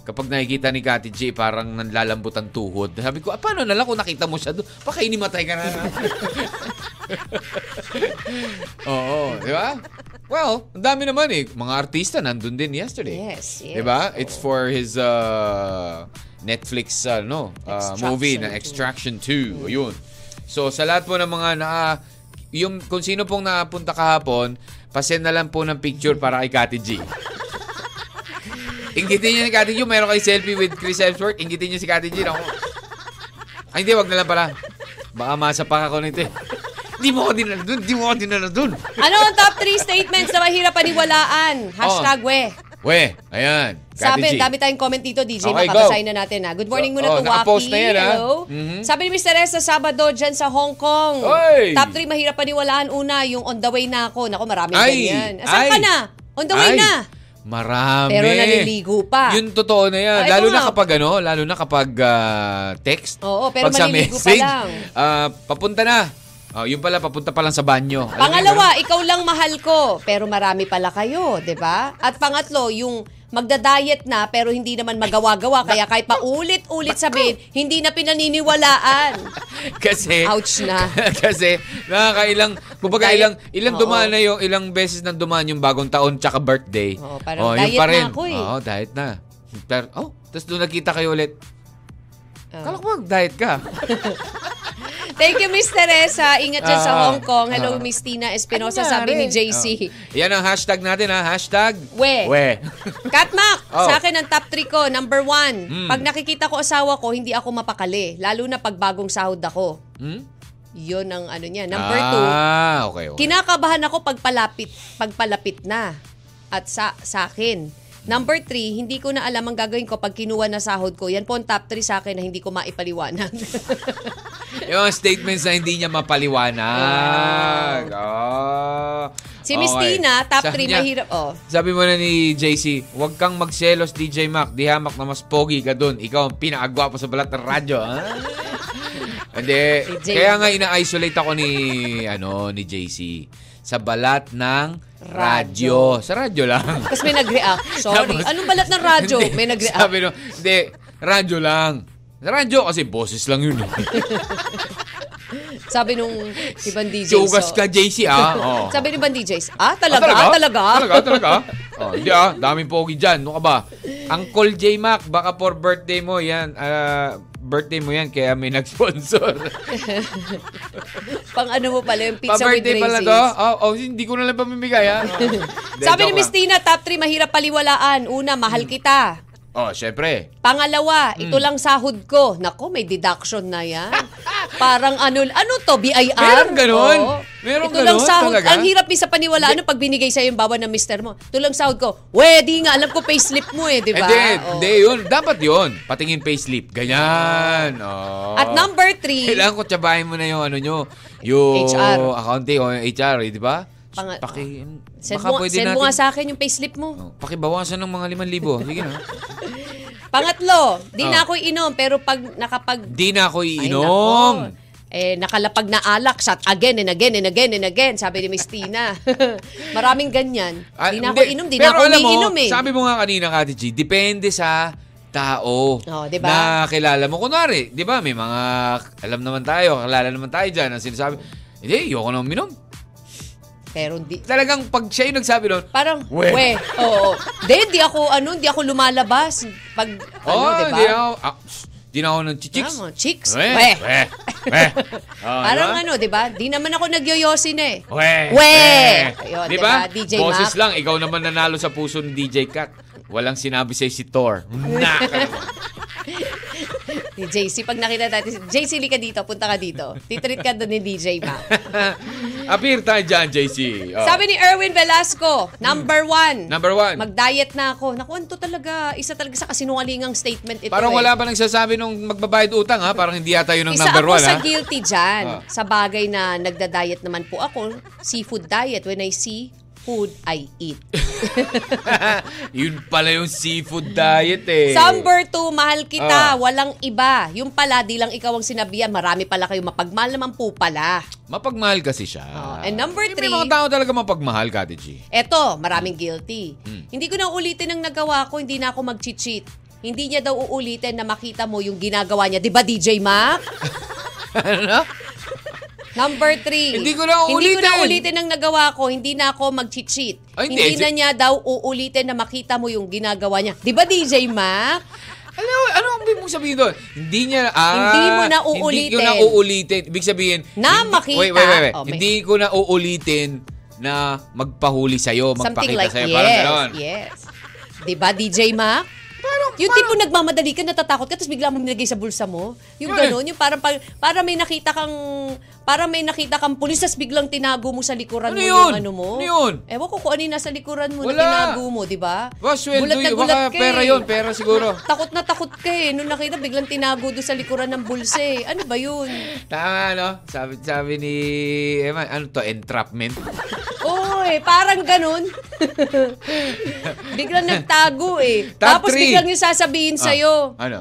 [SPEAKER 4] kapag nakikita ni Kati J, parang nanlalambot ang tuhod. Sabi ko, ah, paano na lang kung nakita mo siya doon? Baka inimatay ka na. [LAUGHS] Oo, di ba? Well, ang dami naman eh. Mga artista nandun din yesterday.
[SPEAKER 5] Yes, yes.
[SPEAKER 4] Di ba? It's for his uh, Netflix uh, no, uh,
[SPEAKER 5] Extraction
[SPEAKER 4] movie na
[SPEAKER 5] 2.
[SPEAKER 4] Extraction 2. Ayun. So, sa lahat po ng mga na... Yung, kung sino pong napunta kahapon, pasend na lang po ng picture para kay Kati G. Ingitin niyo si Kati G. Meron kayo selfie with Chris Hemsworth. Ingitin niyo si Kati G. Naku. Ay, hindi. Wag na lang pala. Baka masapak ako nito eh. Hindi mo ako dinala dun. Hindi mo ako dinala dun.
[SPEAKER 5] Ano ang top 3 statements na mahirap paniwalaan?
[SPEAKER 4] Oh.
[SPEAKER 5] Hashtag we.
[SPEAKER 4] We, ayan. Kati
[SPEAKER 5] Sa akin,
[SPEAKER 4] G.
[SPEAKER 5] dami tayong comment dito, DJ.
[SPEAKER 4] Okay,
[SPEAKER 5] Makabasahin na natin. Ha? Good morning muna
[SPEAKER 4] Oh,
[SPEAKER 5] to
[SPEAKER 4] nakapost
[SPEAKER 5] Waki.
[SPEAKER 4] na yan, ha?
[SPEAKER 5] Hello.
[SPEAKER 4] Mhm.
[SPEAKER 5] Sabi ni Mr. S sa Sabado dyan sa Hong Kong.
[SPEAKER 4] Oy!
[SPEAKER 5] Top 3 mahirap paniwalaan. Una, yung on the way na ako. Naku, maraming
[SPEAKER 4] Ay!
[SPEAKER 5] ganyan. Asan
[SPEAKER 4] Ay!
[SPEAKER 5] ka na? On the way
[SPEAKER 4] Ay,
[SPEAKER 5] na.
[SPEAKER 4] Marami.
[SPEAKER 5] Pero naliligo pa.
[SPEAKER 4] Yun totoo na yan.
[SPEAKER 5] Ay,
[SPEAKER 4] lalo
[SPEAKER 5] oo
[SPEAKER 4] na
[SPEAKER 5] nga.
[SPEAKER 4] kapag ano, lalo na kapag ah, text.
[SPEAKER 5] Oo, pero
[SPEAKER 4] pag sa
[SPEAKER 5] maliligo pa
[SPEAKER 4] message,
[SPEAKER 5] lang.
[SPEAKER 4] ah, papunta na. Oh, yun pala, papunta pa lang sa banyo. Alam mo yun?
[SPEAKER 5] Pangalawa, ikaw lang mahal ko, pero marami pala kayo, 'di ba? At pangatlo, yung magda-diet na pero hindi naman magawa-gawa kaya kahit paulit-ulit sabihin, hindi na pinaniniwalaan.
[SPEAKER 4] [LAUGHS] kasi,
[SPEAKER 5] Ouch na.
[SPEAKER 4] [LAUGHS] kasi, nakakailang, kumbaga
[SPEAKER 5] Diet.
[SPEAKER 4] ilang, ilang
[SPEAKER 5] Oo.
[SPEAKER 4] dumaan na yung, ilang beses nang dumaan yung bagong taon tsaka birthday. Oh,
[SPEAKER 5] Oo, parang
[SPEAKER 4] yun
[SPEAKER 5] diet
[SPEAKER 4] pa
[SPEAKER 5] na
[SPEAKER 4] rin.
[SPEAKER 5] ako eh.
[SPEAKER 4] Oo, diet na. Pero, oh, tapos doon nakita kayo ulit.
[SPEAKER 5] Ah.
[SPEAKER 4] [LAUGHS] Kala ko mag-diet ka.
[SPEAKER 5] Thank you, Miss Teresa. Ingat dyan sa
[SPEAKER 4] Ah,
[SPEAKER 5] Hong Kong. Hello,
[SPEAKER 4] ah.
[SPEAKER 5] Miss Tina Espinosa,
[SPEAKER 4] Ano
[SPEAKER 5] sabi ni
[SPEAKER 4] nangyari?
[SPEAKER 5] JC.
[SPEAKER 4] Oh. Yan ang hashtag natin ha. Hashtag
[SPEAKER 5] We.
[SPEAKER 4] We.
[SPEAKER 5] Katmak,
[SPEAKER 4] Oh. Hmm.
[SPEAKER 5] sa akin ang top 3 ko. Number 1, pag nakikita ko asawa ko, hindi ako mapakali. Lalo na pag bagong sahod ako.
[SPEAKER 4] Hmm?
[SPEAKER 5] Yun ang ano niya. Number 2,
[SPEAKER 4] Ah, okay. okay.
[SPEAKER 5] Kinakabahan ako pagpalapit, pagpalapit na at sa, sa akin. Number three, hindi ko na alam ang gagawin ko pag kinuha na sahod ko. Yan po ang top three sa akin na hindi ko maipaliwanag. [LAUGHS]
[SPEAKER 4] yung mga statements na hindi niya mapaliwanag. Oh.
[SPEAKER 5] si Miss
[SPEAKER 4] Okay.
[SPEAKER 5] Tina, top
[SPEAKER 4] Sabi
[SPEAKER 5] three,
[SPEAKER 4] niya-
[SPEAKER 5] mahirap. Oh.
[SPEAKER 4] Sabi mo na ni JC, huwag kang magselos DJ Mac, di hamak na mas pogi ka dun. Ikaw ang pinakagwapo sa balat ng radyo.
[SPEAKER 5] [LAUGHS]
[SPEAKER 4] Ha? Hindi,
[SPEAKER 5] Si Jay.
[SPEAKER 4] kaya nga ina-isolate ako ni ano ni JC sa balat ng radyo. Sa radyo lang.
[SPEAKER 5] Tapos may nag-react. Sorry.
[SPEAKER 4] Tapos-
[SPEAKER 5] Anong balat ng radyo?
[SPEAKER 4] [LAUGHS] Hindi.
[SPEAKER 5] May nag-react.
[SPEAKER 4] Sabi no, hindi, radyo lang. Sa radyo kasi boses lang yun. eh.
[SPEAKER 5] [LAUGHS] Sabi nung ibang DJ.
[SPEAKER 4] Jogas
[SPEAKER 5] so-
[SPEAKER 4] ka, JC,
[SPEAKER 5] [LAUGHS]
[SPEAKER 4] ah. Oh.
[SPEAKER 5] Sabi ni ibang DJs, ah, talaga?
[SPEAKER 4] Ah,
[SPEAKER 5] talaga?
[SPEAKER 4] Talaga,
[SPEAKER 5] [LAUGHS]
[SPEAKER 4] talaga. oh, hindi ah, daming pogi dyan. Ano ka ba? Uncle J. Mac, baka for birthday mo yan. ah, birthday mo yan, kaya may nag-sponsor.
[SPEAKER 5] Pang ano mo pala yung pizza with
[SPEAKER 4] Pa-birthday
[SPEAKER 5] raisins.
[SPEAKER 4] pala to? Oh, oh, hindi ko na lang pamimigay, ah. ha?
[SPEAKER 5] [LAUGHS] Sabi ni Miss Tina, top 3 mahirap paliwalaan. Una, mahal kita.
[SPEAKER 4] Oh, syempre. Hmm.
[SPEAKER 5] Pangalawa, ito lang sahod ko. Nako, may deduction na yan. Parang ano, ano to, BIR?
[SPEAKER 4] Meron ganun?
[SPEAKER 5] Oo.
[SPEAKER 4] Meron
[SPEAKER 5] ito lang
[SPEAKER 4] ganun
[SPEAKER 5] sahod.
[SPEAKER 4] talaga?
[SPEAKER 5] Ang hirap ni sa paniwala. Ano pag binigay sa'yo yung bawa ng mister mo? Ito lang sahod ko. Wedi nga, alam ko payslip mo eh, di ba?
[SPEAKER 4] Hindi,
[SPEAKER 5] Oo.
[SPEAKER 4] hindi yun. Dapat yun. Patingin payslip. Ganyan. Oh.
[SPEAKER 5] At number three,
[SPEAKER 4] Kailangan ko tsabahin mo na yung ano nyo, yung
[SPEAKER 5] HR.
[SPEAKER 4] accounting o yung HR, eh, di ba?
[SPEAKER 5] Pang-
[SPEAKER 4] Paki,
[SPEAKER 5] send,
[SPEAKER 4] baka
[SPEAKER 5] mo,
[SPEAKER 4] pwede
[SPEAKER 5] send
[SPEAKER 4] natin-
[SPEAKER 5] mo nga sa akin yung payslip mo.
[SPEAKER 4] Oh, pakibawasan ng mga 5,000. Sige na.
[SPEAKER 5] Pangatlo, di
[SPEAKER 4] Oh.
[SPEAKER 5] na ako inom pero pag nakapag...
[SPEAKER 4] Di na ako
[SPEAKER 5] Ay,
[SPEAKER 4] iinom.
[SPEAKER 5] nako. Eh, nakalapag na alak, shot again and again and again and again, sabi ni Miss Tina. [LAUGHS] Maraming ganyan.
[SPEAKER 4] Ah,
[SPEAKER 5] di na ako
[SPEAKER 4] hindi.
[SPEAKER 5] inom, di
[SPEAKER 4] Pero
[SPEAKER 5] na ako
[SPEAKER 4] alam mo,
[SPEAKER 5] umiinom eh.
[SPEAKER 4] Sabi mo nga kanina, Kati G, depende sa tao
[SPEAKER 5] Oh, di ba?
[SPEAKER 4] na kilala mo. Kunwari, di ba, may mga, alam naman tayo, kilala naman tayo dyan, ang sinasabi, hindi, ayoko na uminom.
[SPEAKER 5] Pero hindi.
[SPEAKER 4] Talagang pag siya yung nagsabi nun,
[SPEAKER 5] Parang,
[SPEAKER 4] We.
[SPEAKER 5] we. Oo. Di, di ako, ano, di ako lumalabas. Pag, ano,
[SPEAKER 4] oh,
[SPEAKER 5] di ba?
[SPEAKER 4] di ako, ah, di na ako ng chichiks.
[SPEAKER 5] Tama, chicks.
[SPEAKER 4] Weh,
[SPEAKER 5] We.
[SPEAKER 4] weh,
[SPEAKER 5] [LAUGHS]
[SPEAKER 4] weh. Oh,
[SPEAKER 5] Parang
[SPEAKER 4] diba?
[SPEAKER 5] ano, di ba? Di naman ako nagyoyosi na eh.
[SPEAKER 4] We!
[SPEAKER 5] We! Ayun,
[SPEAKER 4] Di ba?
[SPEAKER 5] diba, DJ
[SPEAKER 4] Boses
[SPEAKER 5] Mac?
[SPEAKER 4] lang, ikaw naman nanalo sa puso ni DJ Kat. Walang sinabi sa'yo si Thor.
[SPEAKER 5] [LAUGHS]
[SPEAKER 4] Na!
[SPEAKER 5] Ni JC, pag nakita natin, JC, lika dito, punta ka dito. Titreat ka doon ni DJ Mac.
[SPEAKER 4] Appear tayo dyan, JC. Oh.
[SPEAKER 5] Sabi ni Erwin Velasco, number one.
[SPEAKER 4] Number one.
[SPEAKER 5] Mag-diet na ako. Naku, ano to talaga, isa talaga sa kasinungalingang statement ito.
[SPEAKER 4] Parang
[SPEAKER 5] eh.
[SPEAKER 4] wala pa nagsasabi nung magbabayad utang ha. Parang hindi yata yun ang
[SPEAKER 5] Isa
[SPEAKER 4] number
[SPEAKER 5] ako
[SPEAKER 4] one
[SPEAKER 5] sa
[SPEAKER 4] ha.
[SPEAKER 5] guilty dyan.
[SPEAKER 4] Ah.
[SPEAKER 5] Sa bagay na nagda-diet naman po ako, seafood diet. When I see food, I eat.
[SPEAKER 4] [LAUGHS] yun pala yung seafood diet eh.
[SPEAKER 5] Number two, mahal
[SPEAKER 4] Ah.
[SPEAKER 5] kita. Walang iba. Yung pala, di lang ikaw ang sinabihan. Marami pala kayo mapagmahal naman po pala.
[SPEAKER 4] Mapagmahal kasi siya.
[SPEAKER 5] Oh, and number
[SPEAKER 4] Eh,
[SPEAKER 5] three-
[SPEAKER 4] May mga tao talaga mapagmahal, Kati G. [LAUGHS]
[SPEAKER 5] Eto, maraming guilty.
[SPEAKER 4] Hmm.
[SPEAKER 5] Hindi ko na ulitin ang nagawa ko, hindi na ako mag-cheat. Hindi niya daw uulitin na makita mo yung ginagawa niya. Di ba, DJ Mac?
[SPEAKER 4] [LAUGHS] Ano?
[SPEAKER 5] Number three.
[SPEAKER 4] Hindi ko na
[SPEAKER 5] Hindi ko na
[SPEAKER 4] uulitin.
[SPEAKER 5] ulitin ang nagawa ko. Hindi na ako mag-cheat.
[SPEAKER 4] Ay, hindi.
[SPEAKER 5] hindi na niya daw uulitin na makita mo yung ginagawa niya. Di ba, DJ Mac?
[SPEAKER 4] Ano, ano ang ibig mong sabihin doon? Hindi niya, ah,
[SPEAKER 5] Hindi mo na
[SPEAKER 4] Hindi ko na
[SPEAKER 5] uulitin.
[SPEAKER 4] uulitin. Ibig sabihin,
[SPEAKER 5] Na
[SPEAKER 4] hindi-
[SPEAKER 5] makita.
[SPEAKER 4] Wait, wait, wait. wait.
[SPEAKER 5] Oh, may-
[SPEAKER 4] Hindi ko na uulitin na magpahuli sa'yo,
[SPEAKER 5] Something
[SPEAKER 4] magpakita
[SPEAKER 5] like,
[SPEAKER 4] sa'yo.
[SPEAKER 5] yes,
[SPEAKER 4] Parang ganon.
[SPEAKER 5] yes. Diba, Di ba, DJ Mac? yung tipo nagmamadali ka, natatakot ka, tapos bigla mo nilagay sa bulsa mo. Yung
[SPEAKER 4] Eh.
[SPEAKER 5] gano'n, yung parang, parang, parang may nakita kang, parang may nakita kang pulis, tapos biglang tinago mo sa
[SPEAKER 4] Ano
[SPEAKER 5] likuran mo
[SPEAKER 4] yun?
[SPEAKER 5] yung ano mo.
[SPEAKER 4] Ano yun?
[SPEAKER 5] Ewan ko kung ano yung nasa likuran mo
[SPEAKER 4] Wala.
[SPEAKER 5] na tinago mo, diba? di ba?
[SPEAKER 4] Boss, sweldo yun. Baka
[SPEAKER 5] eh.
[SPEAKER 4] pera yun, pera siguro.
[SPEAKER 5] Takot na takot ka eh. Nung nakita, biglang tinago doon sa likuran ng bulsa eh. Ano ba yun?
[SPEAKER 4] Tama, no? Sabi, sabi ni Eman, ano to, entrapment?
[SPEAKER 5] Uy, parang ganun.
[SPEAKER 4] [LAUGHS]
[SPEAKER 5] biglang nagtago eh.
[SPEAKER 4] Top
[SPEAKER 5] Tapos
[SPEAKER 4] three.
[SPEAKER 5] biglang yung sasabihin sa'yo.
[SPEAKER 4] Ah, ano?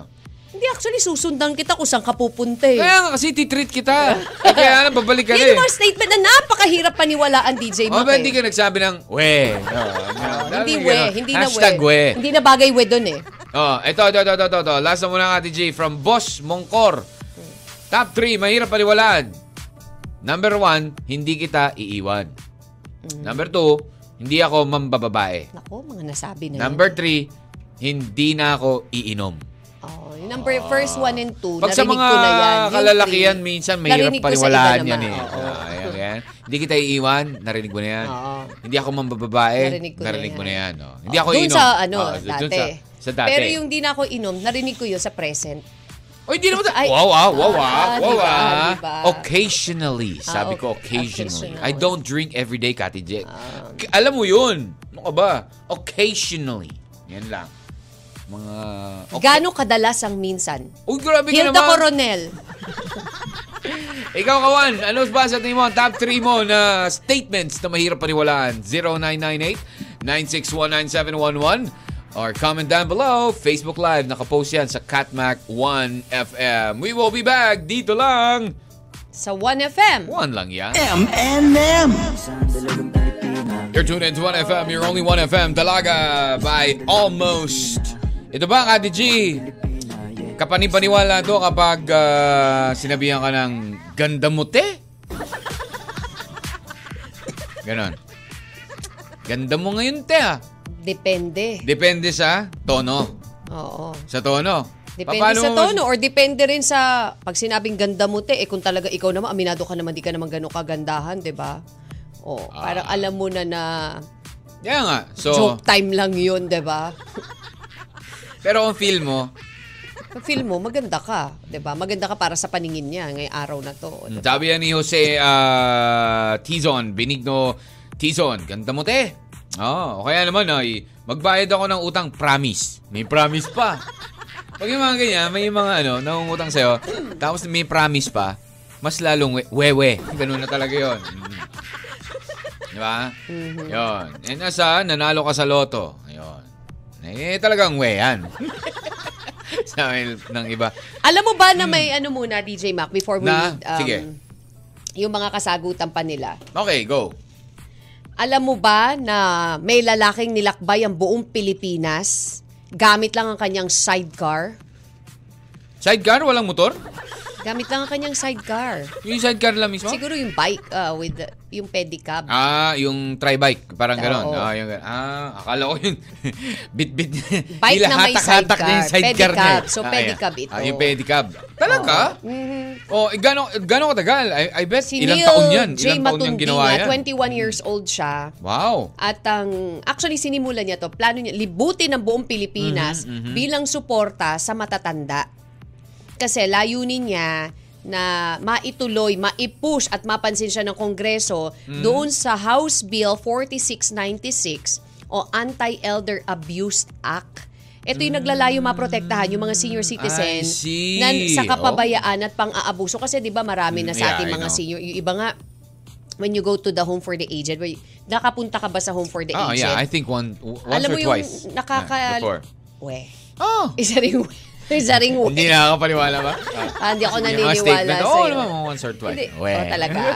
[SPEAKER 5] Hindi, actually, susundan kita kung saan ka pupunta eh.
[SPEAKER 4] Kaya nga kasi titreat
[SPEAKER 5] [LAUGHS]
[SPEAKER 4] kita. Eh, Kaya nga babalik ka na
[SPEAKER 5] Yun
[SPEAKER 4] eh.
[SPEAKER 5] yung mga statement na napakahirap paniwalaan, DJ
[SPEAKER 4] Oh,
[SPEAKER 5] Mac.
[SPEAKER 4] ba
[SPEAKER 5] eh.
[SPEAKER 4] hindi ka nagsabi ng we? Oh, no.
[SPEAKER 5] Hindi
[SPEAKER 4] Sabi
[SPEAKER 5] we,
[SPEAKER 4] ganun.
[SPEAKER 5] hindi na we.
[SPEAKER 4] Hashtag we.
[SPEAKER 5] Hindi na bagay we dun eh.
[SPEAKER 4] Oh, ito, ito, ito, ito, ito, ito. Last na muna Ate J. From Boss Mongkor. Top 3, mahirap paliwalaan. Number 1, hindi kita iiwan.
[SPEAKER 5] Mm.
[SPEAKER 4] Number 2, hindi ako mambababae.
[SPEAKER 5] Nako, mga nasabi na
[SPEAKER 4] Number
[SPEAKER 5] yun.
[SPEAKER 4] 3, hindi na ako iinom.
[SPEAKER 5] Oh, yung number first one and
[SPEAKER 4] Ah.
[SPEAKER 5] two,
[SPEAKER 4] Pag sa
[SPEAKER 5] narinig
[SPEAKER 4] mga
[SPEAKER 5] ko na yan. Yung
[SPEAKER 4] kalalakihan,
[SPEAKER 5] three,
[SPEAKER 4] minsan mahirap
[SPEAKER 5] narinig ko sa iba
[SPEAKER 4] paniwalaan yan
[SPEAKER 5] naman.
[SPEAKER 4] eh.
[SPEAKER 5] Oo.
[SPEAKER 4] Ah, ayan, ayan. Hindi kita iiwan, narinig mo na yan.
[SPEAKER 5] Oo.
[SPEAKER 4] Hindi ako mambabae,
[SPEAKER 5] Narinig
[SPEAKER 4] narinig,
[SPEAKER 5] ko na yan.
[SPEAKER 4] mo na yan. oh. Hindi ako
[SPEAKER 5] Doon
[SPEAKER 4] iinom.
[SPEAKER 5] sa ano,
[SPEAKER 4] Ah, doon
[SPEAKER 5] dati.
[SPEAKER 4] Sa, sa dati.
[SPEAKER 5] Pero yung di na ako inom, narinig ko yun sa present.
[SPEAKER 4] Oy, hindi naman.
[SPEAKER 5] Ay.
[SPEAKER 4] wow, wow, wow, wow,
[SPEAKER 5] Ah,
[SPEAKER 4] wow,
[SPEAKER 5] diba,
[SPEAKER 4] ah.
[SPEAKER 5] diba?
[SPEAKER 4] Occasionally. Sabi
[SPEAKER 5] Ah,
[SPEAKER 4] ko
[SPEAKER 5] okay.
[SPEAKER 4] occasionally.
[SPEAKER 5] Occasionally. Ah.
[SPEAKER 4] I don't drink every day, Kati J. K- Alam mo yun. Ano ka ba? Occasionally. Yan lang. Mga... Okay.
[SPEAKER 5] Gano'ng kadalas ang minsan?
[SPEAKER 4] Uy, grabe ka
[SPEAKER 5] Hilda
[SPEAKER 4] naman.
[SPEAKER 5] Coronel.
[SPEAKER 4] Ikaw, Kawan, ano ba sa tingin mo ang top 3 mo na statements na mahirap paniwalaan? 0998-961-9711 or comment down below. Facebook Live, nakapost yan sa Catmac 1FM. We will be back dito lang.
[SPEAKER 5] Sa 1FM.
[SPEAKER 4] One lang yan.
[SPEAKER 1] M&M.
[SPEAKER 4] You're tuned in to 1FM, your only 1FM, Dalaga by Almost. Ito ba, Ate G? Kapanipaniwala to kapag ah, sinabihan ka ng ganda mo te? Ganon. Ganda mo ngayon te ah.
[SPEAKER 5] Depende.
[SPEAKER 4] Depende sa tono.
[SPEAKER 5] Oo.
[SPEAKER 4] Sa tono.
[SPEAKER 5] Depende
[SPEAKER 4] Paano
[SPEAKER 5] sa
[SPEAKER 4] mo-
[SPEAKER 5] tono or depende rin sa pag sinabing ganda mo te, eh kung talaga ikaw naman, aminado ka naman, di ka naman ganun kagandahan, di ba? Oh,
[SPEAKER 4] Ah.
[SPEAKER 5] parang alam mo na na
[SPEAKER 4] Kaya nga. So,
[SPEAKER 5] joke time lang yun, di ba?
[SPEAKER 4] pero ang feel mo,
[SPEAKER 5] Pag feel mo, maganda ka, di ba? Maganda ka para sa paningin niya ngayong araw na to. di ba?
[SPEAKER 4] Sabi yan ni Jose ah, Tizon, Benigno Tizon, ganda mo te. Oh, o kaya naman ay magbayad ako ng utang promise. May promise pa. Pag yung mga ganyan, may mga ano, nangungutang sa'yo, tapos may promise pa, mas lalong we- wewe. Ganun na talaga yon. Mm. Di ba? Yun. And asa, nanalo ka sa loto. Yun. Eh, talagang we yan. [LAUGHS] Sabi ng iba.
[SPEAKER 5] Alam mo ba na may ano muna, DJ Mac, before we
[SPEAKER 4] Hmm. Na?
[SPEAKER 5] read, um,
[SPEAKER 4] Sige.
[SPEAKER 5] yung mga kasagutan pa nila.
[SPEAKER 4] Okay, go.
[SPEAKER 5] Alam mo ba na may lalaking nilakbay ang buong Pilipinas gamit lang ang kanyang sidecar?
[SPEAKER 4] Sidecar, walang motor?
[SPEAKER 5] Gamit lang ang kanyang sidecar.
[SPEAKER 4] Yung sidecar lang mismo?
[SPEAKER 5] Siguro yung bike ah, with the- yung pedicab.
[SPEAKER 4] Ah, yung tri-bike. Parang ganon.
[SPEAKER 5] Oo.
[SPEAKER 4] Ah, yung ganon. Ah, akala ko yun. [LAUGHS] Bit-bit.
[SPEAKER 5] Bike
[SPEAKER 4] Hila-
[SPEAKER 5] na may
[SPEAKER 4] hatak-hatak na yung
[SPEAKER 5] sidecar.
[SPEAKER 4] sidecar niya.
[SPEAKER 5] Pedicab.
[SPEAKER 4] eh.
[SPEAKER 5] So,
[SPEAKER 4] Ah,
[SPEAKER 5] pedicab
[SPEAKER 4] ayan.
[SPEAKER 5] ito.
[SPEAKER 4] Ah, yung pedicab. Talaga?
[SPEAKER 5] Mhm.
[SPEAKER 4] Oh, eh, gano'ng gano katagal? I, I bet
[SPEAKER 5] Si
[SPEAKER 4] ilang
[SPEAKER 5] Neil
[SPEAKER 4] taon yan.
[SPEAKER 5] J.
[SPEAKER 4] Ilang taon niyang ginawa
[SPEAKER 5] Matundinga,
[SPEAKER 4] yan.
[SPEAKER 5] 21 years old siya.
[SPEAKER 4] Wow.
[SPEAKER 5] At ang actually sinimula niya to, plano niya libutin ang buong Pilipinas
[SPEAKER 4] Mm-hmm,
[SPEAKER 5] bilang suporta sa matatanda. Kasi layunin niya na maituloy, maipush at mapansin siya ng Kongreso
[SPEAKER 4] Mm-hmm.
[SPEAKER 5] doon sa House Bill 4696 o Anti-Elder Abuse Act. Ito yung naglalayo maprotektahan yung mga senior
[SPEAKER 4] Mm, I
[SPEAKER 5] citizen
[SPEAKER 4] see. Oh. Mm,
[SPEAKER 5] na sa kapabayaan at pang-aabuso kasi 'di ba marami na
[SPEAKER 4] Yeah,
[SPEAKER 5] sa ating
[SPEAKER 4] I
[SPEAKER 5] mga
[SPEAKER 4] know.
[SPEAKER 5] senior yung iba nga when you go to the home for the aged, where nakapunta ka ba sa home for the
[SPEAKER 4] Ah,
[SPEAKER 5] aged?
[SPEAKER 4] yeah. I think one, once
[SPEAKER 5] Alam
[SPEAKER 4] or
[SPEAKER 5] mo yung
[SPEAKER 4] twice.
[SPEAKER 5] nakaka- Ah.
[SPEAKER 4] Ah, before.
[SPEAKER 5] We.
[SPEAKER 4] Oh.
[SPEAKER 5] Isa ring [LAUGHS] isa ring we.
[SPEAKER 4] Hindi nakakapaniwala ba?
[SPEAKER 5] Ah, hindi ako
[SPEAKER 4] Yung mga
[SPEAKER 5] naniniwala
[SPEAKER 4] statement,
[SPEAKER 5] sa
[SPEAKER 4] Oo, naman, mga once or twice.
[SPEAKER 5] Hindi.
[SPEAKER 4] We.
[SPEAKER 5] Oh, talaga.
[SPEAKER 4] [LAUGHS]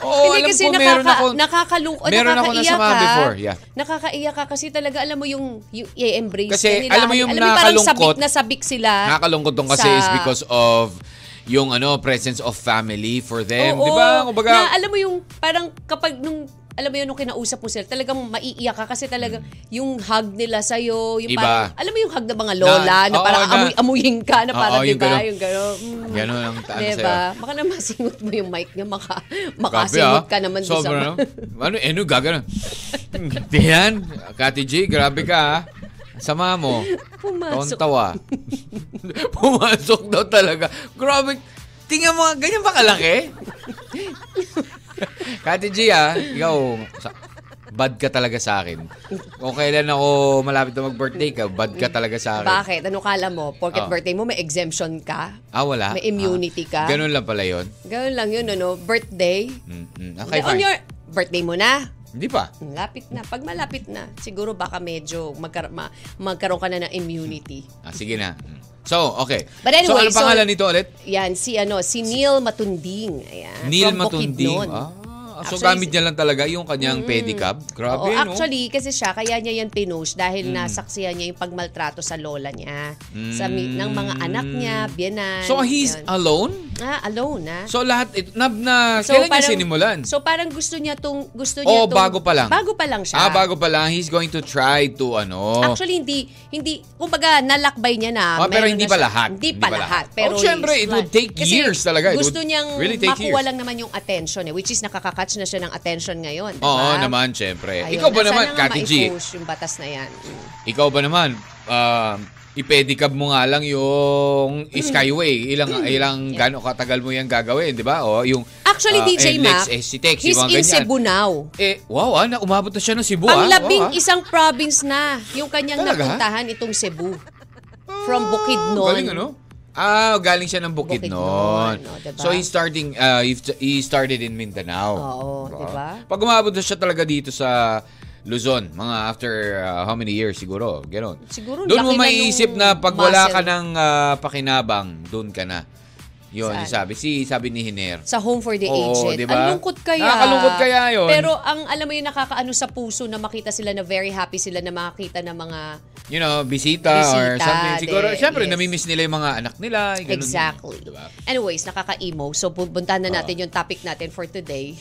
[SPEAKER 4] Oo,
[SPEAKER 5] hindi
[SPEAKER 4] alam
[SPEAKER 5] kasi
[SPEAKER 4] ko, meron
[SPEAKER 5] nakaka,
[SPEAKER 4] ako.
[SPEAKER 5] nakakalungkot.
[SPEAKER 4] meron ako
[SPEAKER 5] nakakaiyak
[SPEAKER 4] nasama
[SPEAKER 5] ka.
[SPEAKER 4] before, yeah.
[SPEAKER 5] Nakakaiyak ka kasi talaga alam mo yung, yung i-embrace
[SPEAKER 4] Kasi
[SPEAKER 5] ka nila.
[SPEAKER 4] alam mo yung
[SPEAKER 5] parang sabik
[SPEAKER 4] nakakalungkot,
[SPEAKER 5] na sabik sila.
[SPEAKER 4] Nakakalungkot tong kasi
[SPEAKER 5] Ah, sa-
[SPEAKER 4] is because of yung ano presence of family for them,
[SPEAKER 5] Oo.
[SPEAKER 4] di ba? diba? Kumbaga,
[SPEAKER 5] Na, alam mo yung parang kapag nung alam mo yun, nung kinausap mo sila, talagang maiiyak ka kasi talagang yung hug nila sa'yo, yung
[SPEAKER 4] Hmm. Iba.
[SPEAKER 5] parang, alam mo yung hug ng mga lola, na,
[SPEAKER 4] Na- oo,
[SPEAKER 5] parang
[SPEAKER 4] na-
[SPEAKER 5] amuy, amuyin ka, na
[SPEAKER 4] Oo,
[SPEAKER 5] parang,
[SPEAKER 4] yung
[SPEAKER 5] diba,
[SPEAKER 4] ganun.
[SPEAKER 5] yung gano'n. Mm.
[SPEAKER 4] Ganun ang taano
[SPEAKER 5] diba?
[SPEAKER 4] sa'yo.
[SPEAKER 5] Baka na masingot mo yung mic niya, maka,
[SPEAKER 4] grabe, ah.
[SPEAKER 5] makasingot ka naman doon
[SPEAKER 4] Sobra,
[SPEAKER 5] sa...
[SPEAKER 4] no? Ano, ano, gagano? Diyan, Kati G, grabe ka, ah. Sama mo.
[SPEAKER 5] Pumasok.
[SPEAKER 4] Tontawa. [LAUGHS] Pumasok daw talaga. Grabe. Tingnan mo, ganyan ba kalaki? [LAUGHS] Kati G, ah, ikaw, sa- bad ka talaga sa akin. Kung kailan ako malapit na mag-birthday ka, bad ka talaga sa akin.
[SPEAKER 5] Bakit? Ano kala mo?
[SPEAKER 4] Oo.
[SPEAKER 5] Porket birthday mo, may exemption ka?
[SPEAKER 4] Ah, wala?
[SPEAKER 5] May immunity
[SPEAKER 4] Ah,
[SPEAKER 5] ka?
[SPEAKER 4] Ganun lang pala yun.
[SPEAKER 5] Ganun lang yun, ano? Birthday?
[SPEAKER 4] Mm, mm. Okay,
[SPEAKER 5] On
[SPEAKER 4] fine.
[SPEAKER 5] your birthday mo na?
[SPEAKER 4] Hindi pa.
[SPEAKER 5] Lapit na. Pag malapit na, siguro baka medyo magkar- ma- magkaroon ka na ng immunity.
[SPEAKER 4] Ah, sige na. Mm. So, okay.
[SPEAKER 5] But
[SPEAKER 4] so, ano
[SPEAKER 5] anyway,
[SPEAKER 4] pangalan nito ulit?
[SPEAKER 5] Yan, si ano, si Neil Matunding. Ayan,
[SPEAKER 4] Neil
[SPEAKER 5] from Bukidnon.
[SPEAKER 4] Matunding. Ah, so
[SPEAKER 5] Actually,
[SPEAKER 4] gamit
[SPEAKER 5] si-
[SPEAKER 4] niya lang talaga yung kanyang pedicab. Ah, Grabe, no?
[SPEAKER 5] Oo,
[SPEAKER 4] Mm.
[SPEAKER 5] actually, kasi siya, kaya niya yan pinost dahil nasaksihan niya yung pagmaltrato sa lola niya, sa mi- ng mga anak niya, biyanan.
[SPEAKER 4] Mm. So, he's
[SPEAKER 5] yun.
[SPEAKER 4] alone?
[SPEAKER 5] ah, alone, ah.
[SPEAKER 4] So, lahat ito, na, na kailan niya sinimulan?
[SPEAKER 5] So, parang gusto niya tong, gusto
[SPEAKER 4] oh,
[SPEAKER 5] niya tong-
[SPEAKER 4] bago pa lang.
[SPEAKER 5] Bago pa lang siya.
[SPEAKER 4] Ah, bago pa lang. He's going to try to, ano.
[SPEAKER 5] Actually, hindi, hindi, kumbaga, nalakbay niya na.
[SPEAKER 4] Ah, pero
[SPEAKER 5] meron
[SPEAKER 4] hindi
[SPEAKER 5] na
[SPEAKER 4] pa
[SPEAKER 5] siya-
[SPEAKER 4] lahat.
[SPEAKER 5] Hindi pa lahat. Pero
[SPEAKER 4] Oh, syempre, it would take
[SPEAKER 5] Kasi
[SPEAKER 4] years talaga. It
[SPEAKER 5] gusto
[SPEAKER 4] would
[SPEAKER 5] niyang
[SPEAKER 4] really take
[SPEAKER 5] makuha
[SPEAKER 4] years.
[SPEAKER 5] lang naman yung attention eh, which is nakakakatch na siya ng attention ngayon. di
[SPEAKER 4] Oo
[SPEAKER 5] ba?
[SPEAKER 4] naman, syempre.
[SPEAKER 5] Ayun,
[SPEAKER 4] Ikaw ba
[SPEAKER 5] at
[SPEAKER 4] naman,
[SPEAKER 5] sana nga
[SPEAKER 4] Kati G?
[SPEAKER 5] ma-push yung batas na yan. Mm.
[SPEAKER 4] Ikaw ba naman? Um, ipedicab mo nga lang yung
[SPEAKER 5] Hmm.
[SPEAKER 4] Skyway. Ilang ilang gaano katagal mo yan gagawin, di ba? O yung ah,
[SPEAKER 5] Actually,
[SPEAKER 4] eh,
[SPEAKER 5] DJ
[SPEAKER 4] Lex,
[SPEAKER 5] Mac,
[SPEAKER 4] eh, si Tex,
[SPEAKER 5] he's
[SPEAKER 4] yung mga
[SPEAKER 5] in
[SPEAKER 4] ganyan.
[SPEAKER 5] Cebu now.
[SPEAKER 4] Eh, wow, ah, na umabot na siya ng Cebu. ah.
[SPEAKER 5] Panglabing
[SPEAKER 4] Wow, ah.
[SPEAKER 5] isang province na yung kanyang
[SPEAKER 4] Talaga?
[SPEAKER 5] napuntahan itong Cebu. From Bukidnon.
[SPEAKER 4] Galing ano? Ah, galing siya ng Bukidnon.
[SPEAKER 5] Bukidnon, no, diba?
[SPEAKER 4] So he's starting uh, if- he started in Mindanao.
[SPEAKER 5] Oo, diba?
[SPEAKER 4] Pag umabot na siya talaga dito sa Luzon, mga after uh, how many years siguro, gano'n.
[SPEAKER 5] Siguro,
[SPEAKER 4] doon mo
[SPEAKER 5] laki na
[SPEAKER 4] maiisip
[SPEAKER 5] yung
[SPEAKER 4] na pag wala
[SPEAKER 5] muscle.
[SPEAKER 4] ka ng uh, pakinabang, doon ka na. Yun,
[SPEAKER 5] Saan?
[SPEAKER 4] yung sabi. Si, sabi ni Hiner.
[SPEAKER 5] sa Home for the
[SPEAKER 4] Oo,
[SPEAKER 5] Aged.
[SPEAKER 4] diba?
[SPEAKER 5] Ang lungkot kaya.
[SPEAKER 4] Nakakalungkot kaya yun.
[SPEAKER 5] Pero ang alam mo yung nakakaano sa puso na makita sila na very happy sila na makakita ng mga
[SPEAKER 4] You know, bisita, or
[SPEAKER 5] Bisita,
[SPEAKER 4] something. Siguro,
[SPEAKER 5] de-
[SPEAKER 4] syempre,
[SPEAKER 5] yes.
[SPEAKER 4] namimiss nila yung mga anak nila. yung ganun.
[SPEAKER 5] Exactly.
[SPEAKER 4] Diba?
[SPEAKER 5] Anyways, nakaka-emo. So, pupuntahan na natin yung topic natin for today. [LAUGHS]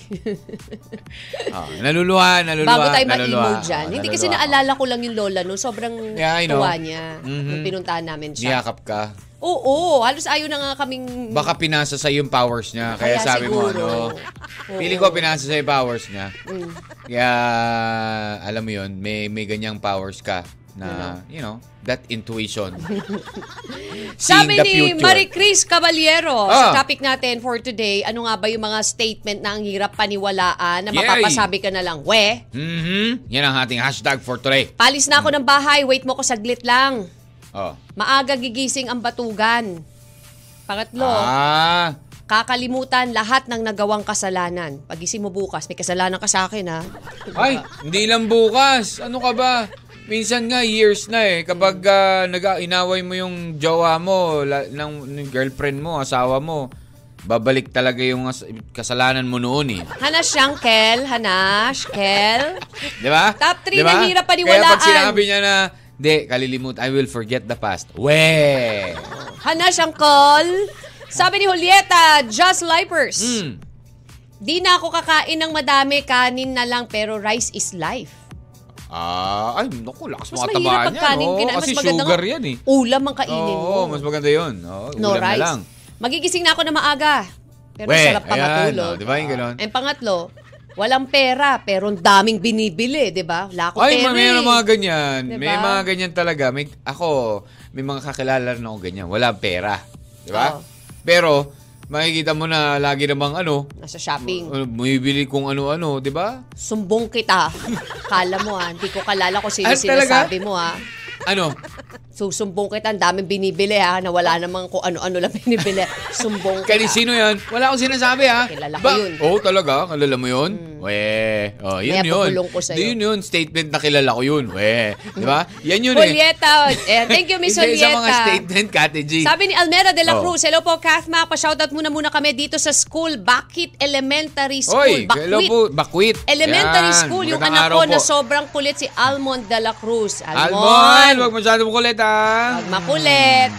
[SPEAKER 4] Ah, naluluha, naluluha,
[SPEAKER 5] Bago tayo
[SPEAKER 4] naluluha.
[SPEAKER 5] ma-emo dyan.
[SPEAKER 4] Ah,
[SPEAKER 5] Hindi kasi
[SPEAKER 4] naluluha.
[SPEAKER 5] naalala ko lang yung lola no. Sobrang
[SPEAKER 4] Yeah, I know. Mm-hmm.
[SPEAKER 5] tuwa niya nung pinuntahan namin siya.
[SPEAKER 4] Niyakap ka.
[SPEAKER 5] Oo, halos ayaw na nga kaming...
[SPEAKER 4] Baka pinasa sa yung powers niya. Kaya,
[SPEAKER 5] Kaya
[SPEAKER 4] sabi mo,
[SPEAKER 5] siguro. Mm.
[SPEAKER 4] ano,
[SPEAKER 5] Oo.
[SPEAKER 4] pili ko pinasa sa yung powers niya. Kaya, alam mo yun, may, may ganyang powers ka
[SPEAKER 5] Ano?
[SPEAKER 4] na, you know, that
[SPEAKER 5] [LAUGHS]
[SPEAKER 4] intuition. Seeing the
[SPEAKER 5] Sabi ni
[SPEAKER 4] future.
[SPEAKER 5] Marie Chris Caballero,
[SPEAKER 4] Ah.
[SPEAKER 5] sa topic natin for today, ano nga ba yung mga statement na ang hirap paniwalaan na
[SPEAKER 4] Yay!
[SPEAKER 5] mapapasabi ka na lang, we,
[SPEAKER 4] Mhm. Yan ang ating hashtag for today.
[SPEAKER 5] palis na ako ng bahay, wait mo ko saglit lang.
[SPEAKER 4] Oh.
[SPEAKER 5] Maaga gigising ang batugan. Pangatlo,
[SPEAKER 4] Ah.
[SPEAKER 5] kakalimutan lahat ng nagawang kasalanan. Pagising mo bukas, may kasalanan ka sa akin ha.
[SPEAKER 4] Ay, hindi lang bukas. Ano ka ba? Minsan nga, years na eh. Kapag ah, nag inaway mo yung jowa mo, la, ng, ng girlfriend mo, asawa mo, babalik talaga yung as- kasalanan mo noon eh.
[SPEAKER 5] Hanash yang Kel, Hanash, Kel.
[SPEAKER 4] Di ba?
[SPEAKER 5] Top
[SPEAKER 4] Di
[SPEAKER 5] three
[SPEAKER 4] ba?
[SPEAKER 5] na hirap
[SPEAKER 4] Kaya
[SPEAKER 5] paniwalaan.
[SPEAKER 4] pag sinabi niya na, di, kalilimutan, I will forget the past. We!
[SPEAKER 5] Hanash ang call. Sabi ni Julieta, just lipers.
[SPEAKER 4] Mm.
[SPEAKER 5] Di na ako kakain ng madami, kanin na lang, pero rice is life.
[SPEAKER 4] Ah, ay, naku, lakas
[SPEAKER 5] Mas
[SPEAKER 4] mga
[SPEAKER 5] mahirap
[SPEAKER 4] tabaan
[SPEAKER 5] pag
[SPEAKER 4] yan.
[SPEAKER 5] kanin
[SPEAKER 4] Oo,
[SPEAKER 5] kinain.
[SPEAKER 4] kasi
[SPEAKER 5] mas maganda
[SPEAKER 4] sugar
[SPEAKER 5] nga,
[SPEAKER 4] yan eh.
[SPEAKER 5] Ulam ang kainin
[SPEAKER 4] Oo,
[SPEAKER 5] mo.
[SPEAKER 4] mas maganda yun. Oo,
[SPEAKER 5] no
[SPEAKER 4] ulam
[SPEAKER 5] rice.
[SPEAKER 4] na lang.
[SPEAKER 5] Magigising na ako na maaga. Pero
[SPEAKER 4] Weh,
[SPEAKER 5] sarap pa
[SPEAKER 4] ayan,
[SPEAKER 5] matulog.
[SPEAKER 4] oh, di ba yung ganun?
[SPEAKER 5] And pangatlo, walang pera, pero ang daming binibili, di ba? Wala akong
[SPEAKER 4] Ay,
[SPEAKER 5] pera
[SPEAKER 4] ma- mayroon
[SPEAKER 5] eh.
[SPEAKER 4] mga ganyan.
[SPEAKER 5] Diba?
[SPEAKER 4] May mga ganyan talaga. May, ako, may mga kakilala na ako ganyan. Wala pera. Di ba?
[SPEAKER 5] Oo.
[SPEAKER 4] Pero, makikita mo na lagi namang ano,
[SPEAKER 5] Nasa shopping.
[SPEAKER 4] ano, bumibili kung ano-ano, diba? di ba?
[SPEAKER 5] Sumbong kita. [LAUGHS] Kala mo ha, hindi ko kalala kung sino
[SPEAKER 4] Ah, talaga?
[SPEAKER 5] sinasabi mo ha.
[SPEAKER 4] Ano?
[SPEAKER 5] Susumbong kita, ang daming binibili ha, na wala namang kung ano-ano lang [LAUGHS] binibili. Sumbong kita.
[SPEAKER 4] Kani sino yan? Wala akong sinasabi ha.
[SPEAKER 5] Kilala ko yun. Hmm.
[SPEAKER 4] Oo, oh, talaga? Kilala mo yun? Weh. Oh, yun
[SPEAKER 5] Kaya
[SPEAKER 4] yun.
[SPEAKER 5] pupulong ko sa'yo.
[SPEAKER 4] Di yun yun. Statement na kilala ko yun. Weh. Di ba? Yan yun eh.
[SPEAKER 5] Julieta. Eh, thank you, Miss
[SPEAKER 4] Isa- Isa
[SPEAKER 5] Julieta.
[SPEAKER 4] mga statement, Kate G.
[SPEAKER 5] Sabi ni Almera de la
[SPEAKER 4] Oh.
[SPEAKER 5] Cruz, hello po Kathma, pa-shoutout muna muna kami dito sa school, Bakit Elementary School,
[SPEAKER 4] Oy, hello po.
[SPEAKER 5] Bakwit.
[SPEAKER 4] Bakwit.
[SPEAKER 5] Elementary
[SPEAKER 4] Yan.
[SPEAKER 5] School, yung
[SPEAKER 4] Magandang
[SPEAKER 5] anak ko
[SPEAKER 4] araw
[SPEAKER 5] na
[SPEAKER 4] po.
[SPEAKER 5] sobrang kulit si Almond de la Cruz.
[SPEAKER 4] Almond! Huwag
[SPEAKER 5] Almond!
[SPEAKER 4] masyado mo kulit, ha?
[SPEAKER 5] Wag makulit.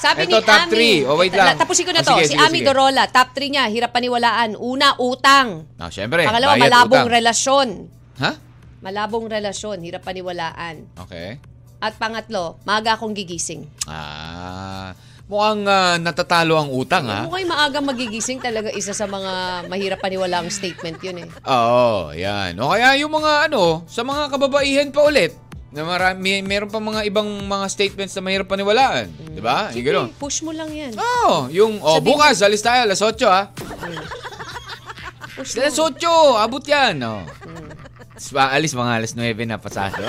[SPEAKER 5] Sabi
[SPEAKER 4] Ito,
[SPEAKER 5] ni
[SPEAKER 4] top
[SPEAKER 5] Ami,
[SPEAKER 4] three. Oh, wait
[SPEAKER 5] Ito,
[SPEAKER 4] lang.
[SPEAKER 5] Tapusin ko na
[SPEAKER 4] Oh,
[SPEAKER 5] to.
[SPEAKER 4] sige, sige,
[SPEAKER 5] si Ami
[SPEAKER 4] sige.
[SPEAKER 5] Dorola, top 3 niya, hirap paniwalaan. Una, utang.
[SPEAKER 4] Ah, syempre.
[SPEAKER 5] Pangalawa,
[SPEAKER 4] bayad,
[SPEAKER 5] malabong
[SPEAKER 4] utang.
[SPEAKER 5] relasyon.
[SPEAKER 4] Ha?
[SPEAKER 5] Malabong relasyon, hirap paniwalaan.
[SPEAKER 4] Okay.
[SPEAKER 5] At pangatlo, maga akong gigising.
[SPEAKER 4] Ah, mukhang ah, natatalo ang utang, ha?
[SPEAKER 5] Mukhang maaga magigising talaga isa sa mga mahirap paniwalaang statement yun eh.
[SPEAKER 4] Oo, yan. O kaya yung mga ano, sa mga kababaihan pa ulit, na marami, meron pa mga ibang mga statements na mahirap paniwalaan. Di ba? Yung
[SPEAKER 5] Sige,
[SPEAKER 4] gano'n.
[SPEAKER 5] push mo lang yan.
[SPEAKER 4] Oo, yung, oh,
[SPEAKER 5] Sabihin-
[SPEAKER 4] bukas, alis tayo, alas 8, ha?
[SPEAKER 5] Push mo.
[SPEAKER 4] Alas 8, abot yan, oh.
[SPEAKER 5] Hmm.
[SPEAKER 4] Tapos Alis mga alas 9 na pasado.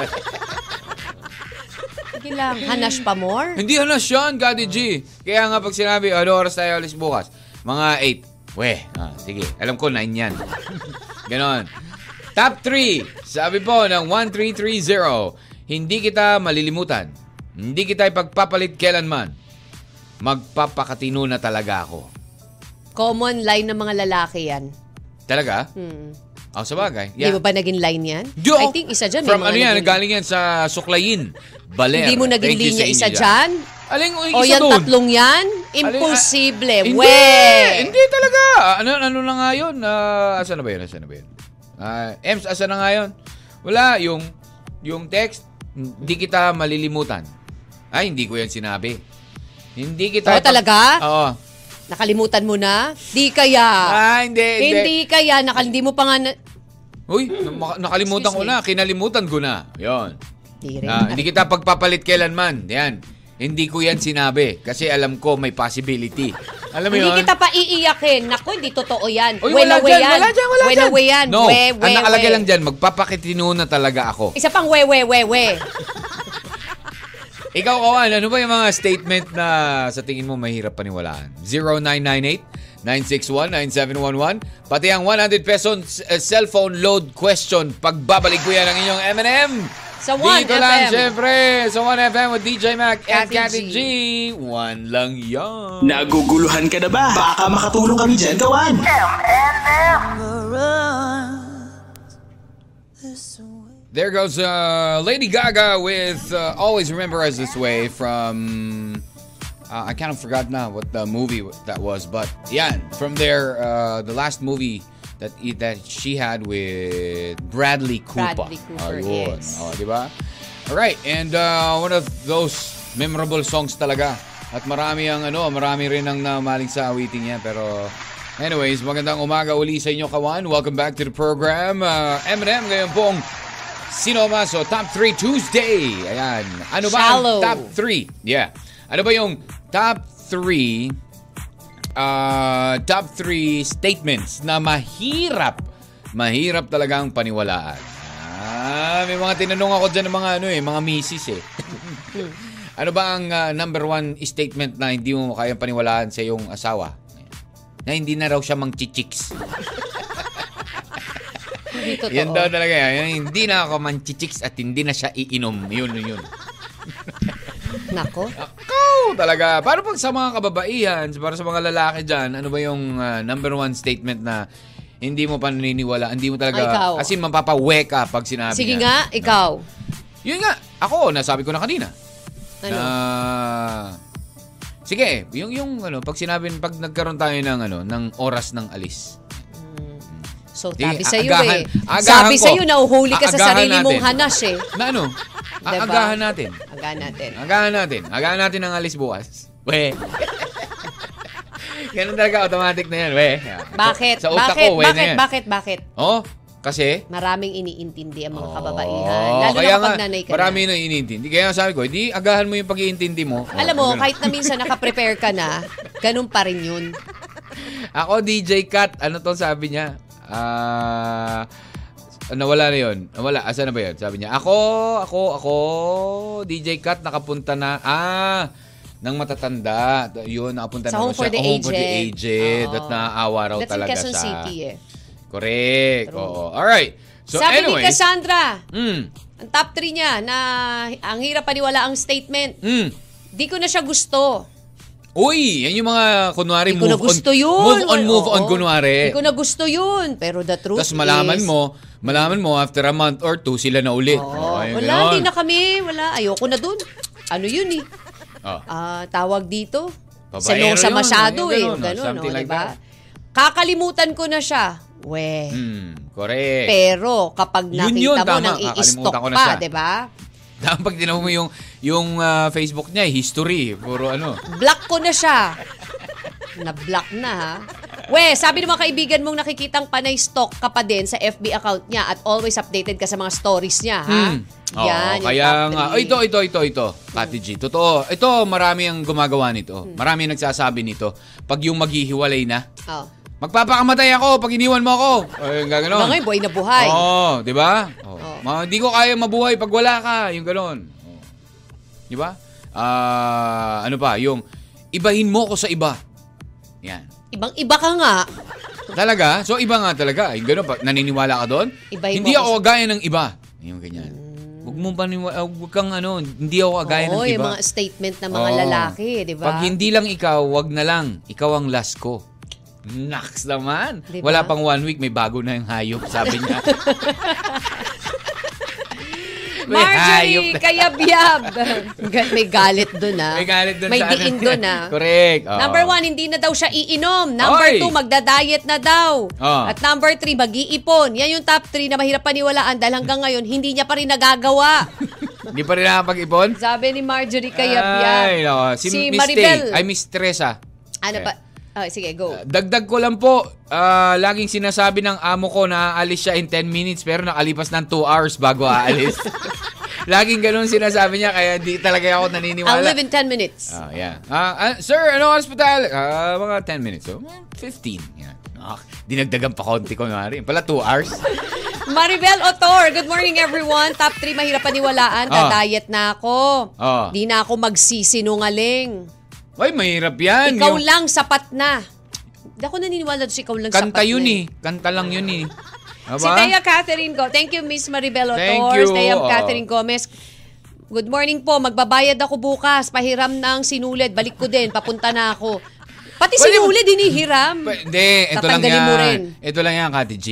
[SPEAKER 5] Sige lang. Hanash pa more?
[SPEAKER 4] Hindi ano siya, Gadi G. Kaya nga pag sinabi, ano oras tayo alis bukas? Mga 8. Weh, ah, sige. Alam ko, 9 yan. [LAUGHS] Ganon. Top 3. Sabi po ng 1330, hindi kita malilimutan. Hindi kita ipagpapalit kailanman. Magpapakatino na talaga ako.
[SPEAKER 5] Common line ng mga lalaki yan.
[SPEAKER 4] Talaga? Hmm. Oh, sa bagay.
[SPEAKER 5] Di mo ba naging line yan?
[SPEAKER 4] Yo!
[SPEAKER 5] I think isa dyan. may
[SPEAKER 4] From
[SPEAKER 5] mga
[SPEAKER 4] ano yan,
[SPEAKER 5] naging-
[SPEAKER 4] galing yan sa Suklayin. Baler.
[SPEAKER 5] Hindi mo naging
[SPEAKER 4] Thank you
[SPEAKER 5] linya
[SPEAKER 4] sa inyo
[SPEAKER 5] isa dyan?
[SPEAKER 4] Aling o
[SPEAKER 5] O
[SPEAKER 4] isa
[SPEAKER 5] yan,
[SPEAKER 4] doon?
[SPEAKER 5] tatlong yan?
[SPEAKER 4] Aling-
[SPEAKER 5] Imposible.
[SPEAKER 4] Hindi!
[SPEAKER 5] Eh, We!
[SPEAKER 4] Hindi talaga! Ano, ano na nga yun? Ah, asan na ba yun? Asan na ba yun? Ah, Ems, asan na nga yun? Wala, yung, yung text, hindi kita malilimutan. Ay, hindi ko yan sinabi. Hindi kita...
[SPEAKER 5] Oo, Oh, talaga?
[SPEAKER 4] Oo.
[SPEAKER 5] Nakalimutan mo na? Di kaya.
[SPEAKER 4] Ah, hindi, hindi.
[SPEAKER 5] Hindi kaya. Nakal- hindi mo pa nga na...
[SPEAKER 4] Uy, namaka- nakalimutan ko
[SPEAKER 5] Excuse
[SPEAKER 4] na. Kinalimutan ko na. Yun.
[SPEAKER 5] Di rin.
[SPEAKER 4] Ah, hindi kita pagpapalit kailanman. Yan. Hindi ko yan sinabi kasi alam ko may possibility. Alam mo
[SPEAKER 5] Hindi
[SPEAKER 4] yun?
[SPEAKER 5] kita pa iiyakin. Naku, hindi totoo yan.
[SPEAKER 4] Uy, wala
[SPEAKER 5] Wela we
[SPEAKER 4] dyan,
[SPEAKER 5] yan.
[SPEAKER 4] wala dyan, wala
[SPEAKER 5] Wela
[SPEAKER 4] dyan.
[SPEAKER 5] we yan.
[SPEAKER 4] No,
[SPEAKER 5] We, we,
[SPEAKER 4] ang nakalagay
[SPEAKER 5] we.
[SPEAKER 4] lang dyan, magpapakitino na talaga
[SPEAKER 5] [LAUGHS]
[SPEAKER 4] ako.
[SPEAKER 5] Isa pang we, we, we, we.
[SPEAKER 4] Ikaw, Kawan, ano ba yung mga statement na sa tingin mo mahirap paniwalaan? 0998-961-9711. Pati ang 100 pesos eh, cellphone load question. Pagbabalik ko yan ang inyong M&M.
[SPEAKER 5] Sa 1
[SPEAKER 4] Dito lang,
[SPEAKER 5] FM.
[SPEAKER 4] syempre. Sa 1FM with DJ Mac and
[SPEAKER 5] Cathy
[SPEAKER 4] Cathy G. One lang yan.
[SPEAKER 1] Naguguluhan ka na ba? Baka makatulong kami dyan, gawan.
[SPEAKER 4] There goes uh, Lady Gaga with uh, "Always Remember Us This Way" from uh, I kind of forgot now what the movie that was, but yeah, from there uh, the last movie that e, that she had with Bradley Cooper.
[SPEAKER 5] Bradley Cooper,
[SPEAKER 4] Ayun.
[SPEAKER 5] yes.
[SPEAKER 4] Oh, di ba? All right, and uh, one of those memorable songs talaga. At marami ang ano, marami rin ang namaling sa awitin niya. Pero anyways, magandang umaga uli sa inyo, Kawan. Welcome back to the program. Uh, M&M, ngayon pong Sino Maso Top 3 Tuesday. Ayan. Ano ba ang
[SPEAKER 5] Shallow.
[SPEAKER 4] top 3? Yeah. Ano ba yung top 3 uh, top 3 statements na mahirap, mahirap talagang paniwalaan. Ah, may mga tinanong ako dyan ng mga ano eh, mga misis eh. ano ba ang ah, number one statement na hindi mo kayang paniwalaan sa iyong asawa? Na hindi na raw siya mangchichiks.
[SPEAKER 5] Hindi totoo.
[SPEAKER 4] Yan daw talaga yan. Yan, Hindi na ako mangchichiks at hindi na siya iinom. Yun, yun.
[SPEAKER 5] Nako.
[SPEAKER 4] Ah, Go! Talaga. Para pag sa mga kababaihan, para sa mga lalaki dyan, ano ba yung ah, number one statement na hindi mo paniniwala, hindi mo
[SPEAKER 5] Ah, ikaw.
[SPEAKER 4] talaga, kasi mapapawe ka pag sinabi
[SPEAKER 5] Sige
[SPEAKER 4] yan.
[SPEAKER 5] nga, ikaw.
[SPEAKER 4] Ah, Yun nga, ako, nasabi ko na kanina.
[SPEAKER 5] Ano?
[SPEAKER 4] Na, sige, yung, yung ano, pag sinabi, pag nagkaroon tayo ng, ano, ng oras ng alis.
[SPEAKER 5] So,
[SPEAKER 4] Sige,
[SPEAKER 5] sabi sa'yo
[SPEAKER 4] aagahan-
[SPEAKER 5] eh.
[SPEAKER 4] aagahan
[SPEAKER 5] Sabi
[SPEAKER 4] ko.
[SPEAKER 5] sa'yo, nauhuli ka sa
[SPEAKER 4] Aagahan
[SPEAKER 5] sarili mong
[SPEAKER 4] natin.
[SPEAKER 5] hanas eh.
[SPEAKER 4] Na
[SPEAKER 5] [LAUGHS]
[SPEAKER 4] ano,
[SPEAKER 5] Diba?
[SPEAKER 4] aagahan natin.
[SPEAKER 5] Agahan natin.
[SPEAKER 4] Agahan natin. Agahan natin ang alis bukas. We. [LAUGHS] Ganun talaga, automatic na yan, we.
[SPEAKER 5] Bakit?
[SPEAKER 4] Sa, sa utak
[SPEAKER 5] bakit?
[SPEAKER 4] ko, we na
[SPEAKER 5] bakit?
[SPEAKER 4] yan.
[SPEAKER 5] Bakit? Bakit?
[SPEAKER 4] Oh, kasi?
[SPEAKER 5] Maraming iniintindi ang mga kababaihan.
[SPEAKER 4] Oo,
[SPEAKER 5] Lalo
[SPEAKER 4] Oh, kaya
[SPEAKER 5] na kapag
[SPEAKER 4] nga,
[SPEAKER 5] nanay ka
[SPEAKER 4] Marami
[SPEAKER 5] na.
[SPEAKER 4] na iniintindi. Kaya sabi ko, hindi, agahan mo yung pag-iintindi mo. Oh,
[SPEAKER 5] Alam mo,
[SPEAKER 4] ganun.
[SPEAKER 5] kahit na minsan nakaprepare ka na, ganun pa rin yun.
[SPEAKER 4] Ako, DJ Kat, ano to sabi niya? Ah... nawala na yun. Nawala. Asa na ba yun? Sabi niya, ako, ako, ako, DJ Kat, nakapunta na, ah, ng matatanda. Yun, nakapunta
[SPEAKER 5] Sa
[SPEAKER 4] na
[SPEAKER 5] Home
[SPEAKER 4] raw
[SPEAKER 5] for
[SPEAKER 4] siya.
[SPEAKER 5] the
[SPEAKER 4] Oh, Home for the
[SPEAKER 5] Aged.
[SPEAKER 4] Aged.
[SPEAKER 5] Oo.
[SPEAKER 4] At naaawa raw
[SPEAKER 5] That's in
[SPEAKER 4] talaga
[SPEAKER 5] Quezon
[SPEAKER 4] siya.
[SPEAKER 5] City eh.
[SPEAKER 4] Correct.
[SPEAKER 5] True.
[SPEAKER 4] Oo. Alright. So,
[SPEAKER 5] Sabi
[SPEAKER 4] anyway.
[SPEAKER 5] ni Cassandra,
[SPEAKER 4] Mm,
[SPEAKER 5] ang top 3 niya na ang hirap paniwala ang statement.
[SPEAKER 4] mm.
[SPEAKER 5] Di ko na siya gusto.
[SPEAKER 4] Uy, yan yung mga kunwari
[SPEAKER 5] Di ko
[SPEAKER 4] move
[SPEAKER 5] na gusto
[SPEAKER 4] on.
[SPEAKER 5] yun.
[SPEAKER 4] Move on, move
[SPEAKER 5] Oo.
[SPEAKER 4] on kunwari.
[SPEAKER 5] Di ko na gusto yun. Pero the truth
[SPEAKER 4] Tapos malaman
[SPEAKER 5] is,
[SPEAKER 4] mo, Oh, malaman mo after a month or two sila na uli.
[SPEAKER 5] Oo,
[SPEAKER 4] Ay,
[SPEAKER 5] wala,
[SPEAKER 4] ganon.
[SPEAKER 5] hindi na kami. Wala, ayoko na dun. Ano yun eh?
[SPEAKER 4] Oh.
[SPEAKER 5] Ah, tawag dito.
[SPEAKER 4] Babaero
[SPEAKER 5] Selosa
[SPEAKER 4] yun,
[SPEAKER 5] masyado
[SPEAKER 4] ayun,
[SPEAKER 5] eh.
[SPEAKER 4] ganun, oh,
[SPEAKER 5] Ganun, no,
[SPEAKER 4] something like
[SPEAKER 5] diba?
[SPEAKER 4] that.
[SPEAKER 5] Kakalimutan ko na siya. We.
[SPEAKER 4] Hmm, correct.
[SPEAKER 5] Pero kapag
[SPEAKER 4] Yun
[SPEAKER 5] nakita
[SPEAKER 4] yun,
[SPEAKER 5] mo
[SPEAKER 4] tama.
[SPEAKER 5] nang i-stalk
[SPEAKER 4] Kakalimutan ko na
[SPEAKER 5] pa,
[SPEAKER 4] siya.
[SPEAKER 5] di ba?
[SPEAKER 4] Dahil pag tinaw mo yung, yung ah, Facebook niya, history, puro ano.
[SPEAKER 5] Block ko na siya. Na-block na ha. We, sabi ng mga kaibigan mong nakikitang panay stalk ka pa din sa FB account niya at always updated ka sa mga stories niya ha.
[SPEAKER 4] Hmm. Oo,
[SPEAKER 5] yung
[SPEAKER 4] kaya
[SPEAKER 5] top
[SPEAKER 4] nga.
[SPEAKER 5] three.
[SPEAKER 4] Oh, ito, ito, ito, ito. Kati G, totoo. Ito, marami ang gumagawa nito.
[SPEAKER 5] Hmm.
[SPEAKER 4] Marami ang nagsasabi nito. Pag yung maghihiwalay na,
[SPEAKER 5] Oh.
[SPEAKER 4] magpapakamatay ako pag iniwan mo ako. Ay, yung gaganon.
[SPEAKER 5] Mga ngayon, buhay na buhay.
[SPEAKER 4] Oo, di ba? Oh.
[SPEAKER 5] Oo.
[SPEAKER 4] Ma- Hindi ko kaya mabuhay pag wala ka, yung ganon. Oo. Di ba? Ah, ano pa, yung ibahin mo ko sa iba. Yan.
[SPEAKER 5] Ibang-iba ka nga.
[SPEAKER 4] Talaga? So iba nga talaga. Yung ganun, pa, naniniwala ka doon?
[SPEAKER 5] Iba yung
[SPEAKER 4] Hindi
[SPEAKER 5] focus.
[SPEAKER 4] ako gaya ng iba. Yung ganyan. Huwag mong paniwala, huwag kang ano, hindi ako gaya ng
[SPEAKER 5] Mm. Oo,
[SPEAKER 4] iba.
[SPEAKER 5] yung mga statement ng mga
[SPEAKER 4] Oo.
[SPEAKER 5] lalaki, di ba?
[SPEAKER 4] Pag hindi lang ikaw, wag na lang. Ikaw ang last ko. Naks naman.
[SPEAKER 5] Di ba?
[SPEAKER 4] Wala pang one week, may bago na yung hayop, sabi
[SPEAKER 5] [LAUGHS]
[SPEAKER 4] niya. May hayop
[SPEAKER 5] Marjorie
[SPEAKER 4] na-
[SPEAKER 5] Kayabiyab. [LAUGHS] Ga- May galit doon ah.
[SPEAKER 4] May galit doon
[SPEAKER 5] May
[SPEAKER 4] sa ano
[SPEAKER 5] diin
[SPEAKER 4] akin.
[SPEAKER 5] doon ah.
[SPEAKER 4] Correct. Oo.
[SPEAKER 5] Number one, hindi na daw siya iinom. Number
[SPEAKER 4] Oy!
[SPEAKER 5] two, magda-diet na daw.
[SPEAKER 4] Oo.
[SPEAKER 5] At number three, mag-iipon. Yan yung top three na mahirap paniwalaan dahil hanggang ngayon, hindi niya pa rin
[SPEAKER 4] [LAUGHS]
[SPEAKER 5] nagagawa.
[SPEAKER 4] Hindi pa rin nakapag-ipon?
[SPEAKER 5] Sabi ni Marjorie Kayabiyab.
[SPEAKER 4] Ay, nako. Si, Miss Tay,
[SPEAKER 5] Maribel.
[SPEAKER 4] Ay, Miss Ah, Teresa.
[SPEAKER 5] Ano ba? Oh, sige, go.
[SPEAKER 4] Dagdag ko lang po, ah, laging sinasabi ng amo ko na aalis siya in 10 minutes pero nakalipas ng 2 hours bago
[SPEAKER 5] [LAUGHS]
[SPEAKER 4] aalis. laging ganun sinasabi niya kaya di talaga ako
[SPEAKER 5] I'll
[SPEAKER 4] naniniwala.
[SPEAKER 5] live in 10 minutes.
[SPEAKER 4] Ah, yeah. Ah, ah, sir, ano oras pa tayo? Ah, mga 10 minutes. So, mm, 15. Yeah. Ah, dinagdagan pa konti ko mari. Pala 2 hours.
[SPEAKER 5] Maribel Otor, good morning everyone. Top 3 mahirap paniwalaan.
[SPEAKER 4] Ah.
[SPEAKER 5] Dadayet na ako.
[SPEAKER 4] Ah.
[SPEAKER 5] Di na ako magsisinungaling.
[SPEAKER 4] Ay, mahirap yan.
[SPEAKER 5] Ikaw
[SPEAKER 4] Yung
[SPEAKER 5] lang sapat na. Hindi ako naniniwala doon sa ikaw lang sapat
[SPEAKER 4] Kanta yun
[SPEAKER 5] na
[SPEAKER 4] eh. Kanta lang yun eh. Aba?
[SPEAKER 5] Si Thea Catherine Go. Thank you, Miss Maribel Otor.
[SPEAKER 4] Thank you.
[SPEAKER 5] Thea
[SPEAKER 4] Oo.
[SPEAKER 5] Catherine Gomez. Good morning po. Magbabayad ako bukas. Pahiram ng sinulid. Balik ko din. Papunta na ako. Pati
[SPEAKER 4] Pwede mo-
[SPEAKER 5] sinulid, hinihiram.
[SPEAKER 4] Pa- Hindi, ito lang
[SPEAKER 5] Tatanggalin
[SPEAKER 4] yan.
[SPEAKER 5] mo rin. Hmm.
[SPEAKER 4] Ito lang yan, Kati G.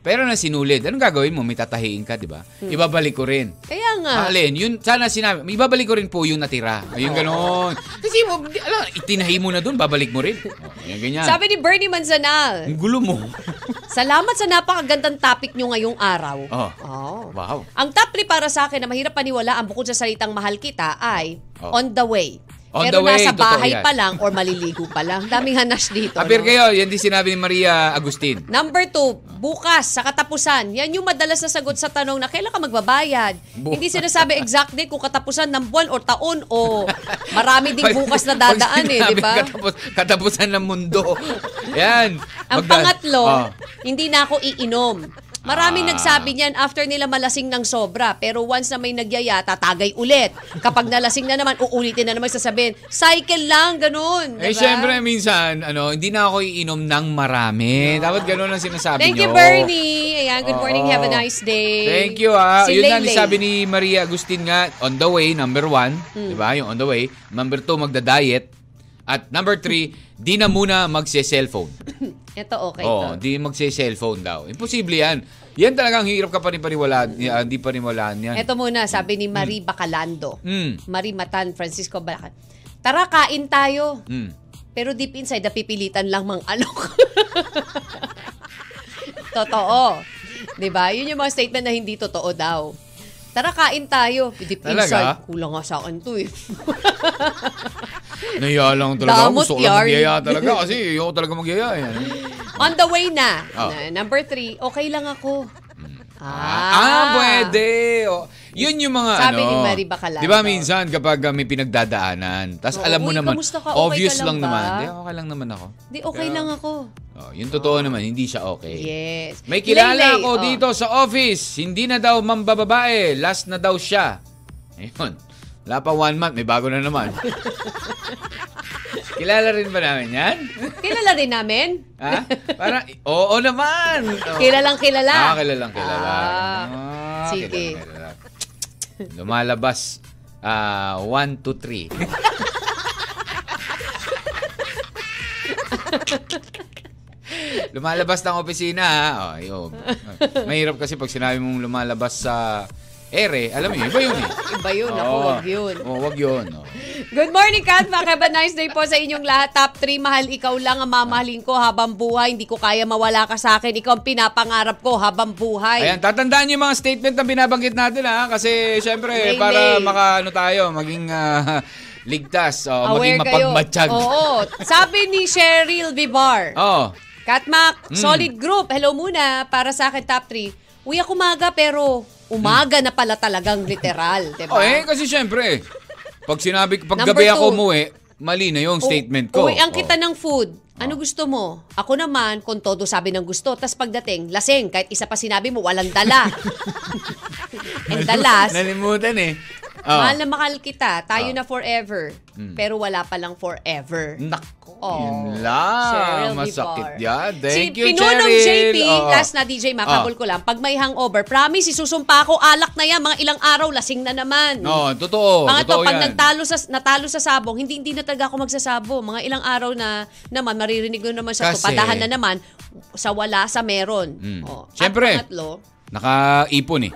[SPEAKER 4] Pero na sinulid, anong gagawin mo? May tatahiin ka, di ba?
[SPEAKER 5] Hmm.
[SPEAKER 4] Ibabalik ko rin.
[SPEAKER 5] Kaya nga.
[SPEAKER 4] Alin, yun, sana sinabi, ibabalik ko rin po yung natira.
[SPEAKER 5] Oh.
[SPEAKER 4] Ayun,
[SPEAKER 5] [LAUGHS]
[SPEAKER 4] ganon. Kasi mo, di- ala, itinahi mo na dun, babalik mo rin. Oh, yan, ganyan.
[SPEAKER 5] Sabi ni Bernie Manzanal,
[SPEAKER 4] Ang gulo
[SPEAKER 5] [LAUGHS]
[SPEAKER 4] mo.
[SPEAKER 5] salamat sa napakagandang topic nyo ngayong araw.
[SPEAKER 4] Oh.
[SPEAKER 5] Oh.
[SPEAKER 4] Wow.
[SPEAKER 5] Ang top 3 para sa akin na mahirap paniwalaan bukod sa salitang mahal kita ay
[SPEAKER 4] Oh.
[SPEAKER 5] on the way.
[SPEAKER 4] On the
[SPEAKER 5] Pero
[SPEAKER 4] way,
[SPEAKER 5] nasa
[SPEAKER 4] totoo
[SPEAKER 5] bahay
[SPEAKER 4] yan.
[SPEAKER 5] pa lang or maliligo pa lang. Daming hanas dito.
[SPEAKER 4] Apir
[SPEAKER 5] no?
[SPEAKER 4] kayo, yan din sinabi ni Maria Agustin.
[SPEAKER 5] Number two, bukas sa katapusan. Yan yung madalas na sagot sa tanong na kailan ka magbabayad.
[SPEAKER 4] Bu-
[SPEAKER 5] Hindi sinasabi exact date kung katapusan ng buwan o taon o marami ding bukas
[SPEAKER 4] [LAUGHS]
[SPEAKER 5] na dadaan eh, di ba?
[SPEAKER 4] Katapos, katapusan ng
[SPEAKER 5] [LAUGHS]
[SPEAKER 4] mundo. yan.
[SPEAKER 5] Ang
[SPEAKER 4] Magda- Oh.
[SPEAKER 5] pangatlo, hindi na ako iinom. Maraming
[SPEAKER 4] Ah.
[SPEAKER 5] nagsabi niyan after nila malasing ng sobra. Pero once na may nagyaya, tatagay ulit. Kapag nalasing na naman, uulitin na naman sasabihin, cycle lang, ganun.
[SPEAKER 4] Eh,
[SPEAKER 5] diba?
[SPEAKER 4] syempre, minsan, ano, hindi na ako iinom ng marami. Dapat ganun ang sinasabi
[SPEAKER 5] Thank
[SPEAKER 4] niyo.
[SPEAKER 5] you, Bernie. Ayan, good morning.
[SPEAKER 4] Oo.
[SPEAKER 5] Have a nice day.
[SPEAKER 4] Thank you, ah.
[SPEAKER 5] Si
[SPEAKER 4] Yun na,
[SPEAKER 5] Laylay.
[SPEAKER 4] sabi ni Maria Agustin nga, on the way, number one, di
[SPEAKER 5] Hmm.
[SPEAKER 4] ba? Yung on the way. Number two, magda-diet. At number three, di na muna magse-cellphone.
[SPEAKER 5] Ito, okay.
[SPEAKER 4] Oo,
[SPEAKER 5] to.
[SPEAKER 4] di magse-cellphone daw. Imposible yan. Yan talagang hirap ka pa rin paniwalaan.
[SPEAKER 5] Hmm.
[SPEAKER 4] ah, Hindi paniwalaan yan.
[SPEAKER 5] Ito muna, sabi ni Marie Bacalando.
[SPEAKER 4] Mm.
[SPEAKER 5] Marie Matan, Francisco Balacan. Tara, kain tayo.
[SPEAKER 4] Mm.
[SPEAKER 5] Pero deep inside, napipilitan lang mang alok. [LAUGHS] totoo. 'Di ba? Yun yung mga statement na hindi totoo daw. Tara, kain tayo. Deep
[SPEAKER 4] Talaga?
[SPEAKER 5] inside, kulang nga sa akin to eh. [LAUGHS]
[SPEAKER 4] Naya lang talaga. ako.
[SPEAKER 5] Damot
[SPEAKER 4] Gusto ko lang
[SPEAKER 5] yarn.
[SPEAKER 4] magyaya talaga kasi ayoko talaga magyaya. eh. Yan.
[SPEAKER 5] On the way na.
[SPEAKER 4] Oh.
[SPEAKER 5] Na- Number three, okay lang ako.
[SPEAKER 4] Ah, pwede. O, yun yung mga
[SPEAKER 5] Sabi
[SPEAKER 4] ano.
[SPEAKER 5] ni Mary Bacalao.
[SPEAKER 4] Di ba minsan kapag uh, may pinagdadaanan, tapos
[SPEAKER 5] Oo,
[SPEAKER 4] alam mo
[SPEAKER 5] uy,
[SPEAKER 4] naman,
[SPEAKER 5] kamusta ka? Okay
[SPEAKER 4] obvious
[SPEAKER 5] ka
[SPEAKER 4] lang,
[SPEAKER 5] lang ba?
[SPEAKER 4] naman. Di, okay lang naman ako.
[SPEAKER 5] Di, okay
[SPEAKER 4] Pero-
[SPEAKER 5] lang ako.
[SPEAKER 4] Oh, yung totoo naman, hindi siya okay.
[SPEAKER 5] Yes.
[SPEAKER 4] Eh, May kilala
[SPEAKER 5] Laylay,
[SPEAKER 4] ako
[SPEAKER 5] oh.
[SPEAKER 4] dito sa office, hindi na daw mambababae, last na daw siya. Ayun. Wala pa one month, may bago na
[SPEAKER 5] [LAUGHS]
[SPEAKER 4] naman. kilala rin ba namin yan?
[SPEAKER 5] Kilala rin
[SPEAKER 4] [LAUGHS]
[SPEAKER 5] namin.
[SPEAKER 4] Ha? Para, oo naman. Oo.
[SPEAKER 5] Kilalang kilala.
[SPEAKER 4] Ah, kilalang kilala.
[SPEAKER 5] Ah.
[SPEAKER 4] Ah,
[SPEAKER 5] Sige.
[SPEAKER 4] kilalang kilala. Lumalabas. Ah, one, two,
[SPEAKER 5] [LAUGHS]
[SPEAKER 4] three. lumalabas ng opisina, ha? Oh, yun. Mahirap kasi pag sinabi mong lumalabas sa ere, alam mo yun, iba yun eh.
[SPEAKER 5] Iba yun. Ako,
[SPEAKER 4] Oo.
[SPEAKER 5] wag yun.
[SPEAKER 4] Oo, wag yun. oh. oo.
[SPEAKER 5] Good morning, Kat. Mac. Have a nice day po sa inyong lahat. Top 3, mahal ikaw lang ang mamahalin ko habang buhay. Hindi ko kaya mawala ka sa akin. Ikaw ang pinapangarap ko habang buhay.
[SPEAKER 4] Ayan, tatandaan niyo yung mga statement na binabanggit natin ha kasi syempre
[SPEAKER 5] May
[SPEAKER 4] para
[SPEAKER 5] may.
[SPEAKER 4] maka ano tayo maging ah, [LAUGHS] ligtas o oh, maging mapagmatsyag.
[SPEAKER 5] Oo. Sabi ni Cheryl Vivar.
[SPEAKER 4] [LAUGHS] Oo.
[SPEAKER 5] Katmak,
[SPEAKER 4] Hmm.
[SPEAKER 5] solid group. Hello muna. Para sa akin, top 3. Uy, ako umaga pero umaga na pala talagang literal. Diba?
[SPEAKER 4] Oh, eh kasi syempre pag sinabi pag
[SPEAKER 5] Number
[SPEAKER 4] gabi ako
[SPEAKER 5] two.
[SPEAKER 4] umuwi, mali na yung
[SPEAKER 5] Oo.
[SPEAKER 4] statement ko. Oh.
[SPEAKER 5] Uy, ang kita
[SPEAKER 4] Oo.
[SPEAKER 5] ng food. Ano gusto mo? Ako naman, kung todo sabi ng gusto. Tapos pagdating, laseng. Kahit isa pa sinabi mo, walang
[SPEAKER 4] [LAUGHS]
[SPEAKER 5] dala. And the last, [LAUGHS]
[SPEAKER 4] Nalimutan eh. Oo.
[SPEAKER 5] mahal na mahal kita.
[SPEAKER 4] Oh.
[SPEAKER 5] Tayo na forever. Pero wala palang forever.
[SPEAKER 4] Nako.
[SPEAKER 5] Oh.
[SPEAKER 4] La,
[SPEAKER 5] Cheryl
[SPEAKER 4] masakit
[SPEAKER 5] Vivar.
[SPEAKER 4] yan. Thank
[SPEAKER 5] si
[SPEAKER 4] you,
[SPEAKER 5] Pinunong
[SPEAKER 4] Cheryl. Oh,
[SPEAKER 5] JP,
[SPEAKER 4] Oo.
[SPEAKER 5] last na DJ, makabol ko lang. Pag may hangover, promise, isusumpa ko, alak na yan, mga ilang araw, lasing na naman.
[SPEAKER 4] No, totoo. Oh,
[SPEAKER 5] Mga
[SPEAKER 4] totoo
[SPEAKER 5] to, pag
[SPEAKER 4] yan.
[SPEAKER 5] nagtalo sa, natalo sa sabong, hindi hindi na talaga ako magsasabong. Mga ilang araw na naman, maririnig nyo naman sa
[SPEAKER 4] Kasi- Hmm.
[SPEAKER 5] tupadahan na naman, sa wala, sa meron. Oh.
[SPEAKER 4] Siyempre.
[SPEAKER 5] At pangatlo,
[SPEAKER 4] Nakaipon eh.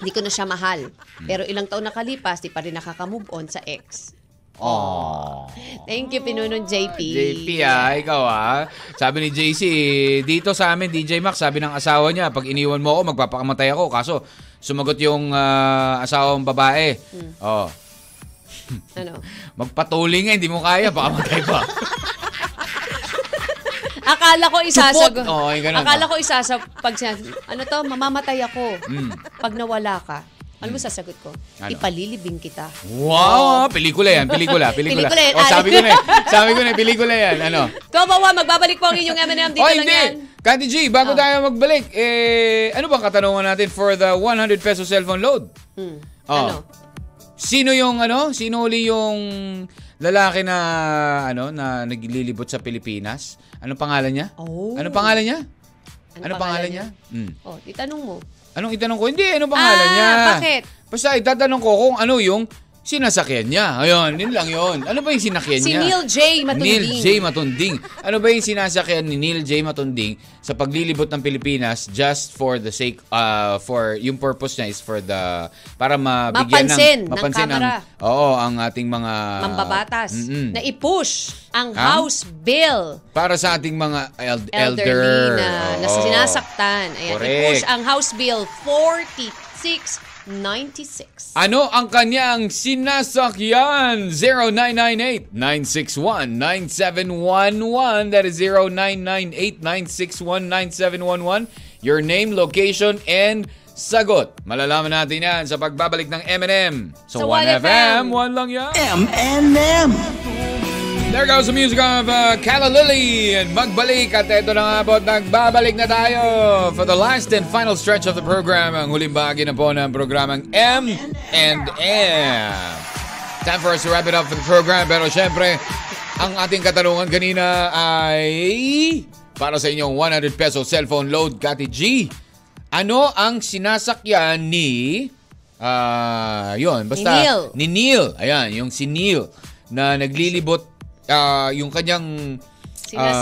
[SPEAKER 5] hindi ko na siya mahal. Pero ilang taon nakalipas, di pa rin nakaka-move on sa ex.
[SPEAKER 4] Oh.
[SPEAKER 5] Thank you, Pinunong JP.
[SPEAKER 4] JP ah, ikaw ah. Sabi ni JC, dito sa amin, DJ Max, sabi ng asawa niya, pag iniwan mo ako, magpapakamatay ako. Kaso, sumagot yung ah, asawang babae.
[SPEAKER 5] Hmm.
[SPEAKER 4] Oh,
[SPEAKER 5] Ano?
[SPEAKER 4] magpatuloy nga, hindi mo kaya, baka matay pa.
[SPEAKER 5] Akala ko isasagot.
[SPEAKER 4] Supot! Oo, yung Oh, ganun.
[SPEAKER 5] Akala ko isasag pag sinabi, ano to, mamamatay ako. Pag nawala ka. Ano mo sasagot ko?
[SPEAKER 4] Hmm. Ano?
[SPEAKER 5] Ipalilibing kita.
[SPEAKER 4] wow, pelikula yan, pelikula, pelikula.
[SPEAKER 5] Oh. Pelikula yan,
[SPEAKER 4] oh,
[SPEAKER 5] Ali.
[SPEAKER 4] sabi ko na
[SPEAKER 5] [LAUGHS]
[SPEAKER 4] eh, sabi ko na eh, pelikula yan, ano.
[SPEAKER 5] Kawawa, magbabalik po ang inyong M&M dito
[SPEAKER 4] oh,
[SPEAKER 5] lang
[SPEAKER 4] hindi.
[SPEAKER 5] yan. Oh.
[SPEAKER 4] Kati G, bago tayo magbalik, eh, ano bang katanungan natin for the 100 peso cellphone load?
[SPEAKER 5] Hmm.
[SPEAKER 4] Oh.
[SPEAKER 5] Ano?
[SPEAKER 4] Sino yung ano? Sino uli yung lalaki na ano na naglilibot sa Pilipinas? Ano pangalan niya?
[SPEAKER 5] Oh.
[SPEAKER 4] Ano pangalan niya?
[SPEAKER 5] Ano
[SPEAKER 4] Ano, pangalan niya? Mm.
[SPEAKER 5] Oh, itanong mo.
[SPEAKER 4] Anong itanong ko? Hindi, ano pangalan
[SPEAKER 5] Ah,
[SPEAKER 4] niya?
[SPEAKER 5] bakit?
[SPEAKER 4] Basta itatanong ko kung ano yung sinasakyan niya. Ayun, yun lang yun. Ano ba yung sinakyan
[SPEAKER 5] Si
[SPEAKER 4] niya?
[SPEAKER 5] Neil J. Matunding.
[SPEAKER 4] Neil J. Matunding. Ano ba yung sinasakyan ni Neil J. Matunding sa paglilibot ng Pilipinas just for the sake, uh, for, yung purpose niya is for the, para mabigyan ng,
[SPEAKER 5] Mapansin ng
[SPEAKER 4] ang,
[SPEAKER 5] kamera.
[SPEAKER 4] oo, ang ating mga,
[SPEAKER 5] Mambabatas.
[SPEAKER 4] Ah, Mm-mm.
[SPEAKER 5] Na i-push ang
[SPEAKER 4] Ah?
[SPEAKER 5] House Bill.
[SPEAKER 4] para sa ating mga eld- elder.
[SPEAKER 5] elderly na nasa
[SPEAKER 4] Oo.
[SPEAKER 5] sinasaktan. Ayan,
[SPEAKER 4] Correct.
[SPEAKER 5] i-push ang House Bill 4696.
[SPEAKER 4] Ano ang kanyang sinasakyan? 0998-961-9711. That is 0998-961-9711. Your name, location, and sagot. Malalaman natin yan sa pagbabalik ng M&M. So,
[SPEAKER 5] Sa
[SPEAKER 4] 1FM, 1 lang yan.
[SPEAKER 1] M&M.
[SPEAKER 4] There goes the music of uh, Calla Lily and Magbalik at ito na nga po at nagbabalik na tayo for the last and final stretch of the program ang huling bahagi na po ng programang M and M Time for us to wrap it up for the program pero syempre ang ating katanungan kanina ay para sa inyong 100 peso cellphone load Kati G ano ang sinasakyan ni ah yon basta
[SPEAKER 5] Ni Neil.
[SPEAKER 4] ni Neil. Ayan, yung si Neil na naglilibot ah, yung kanyang ah,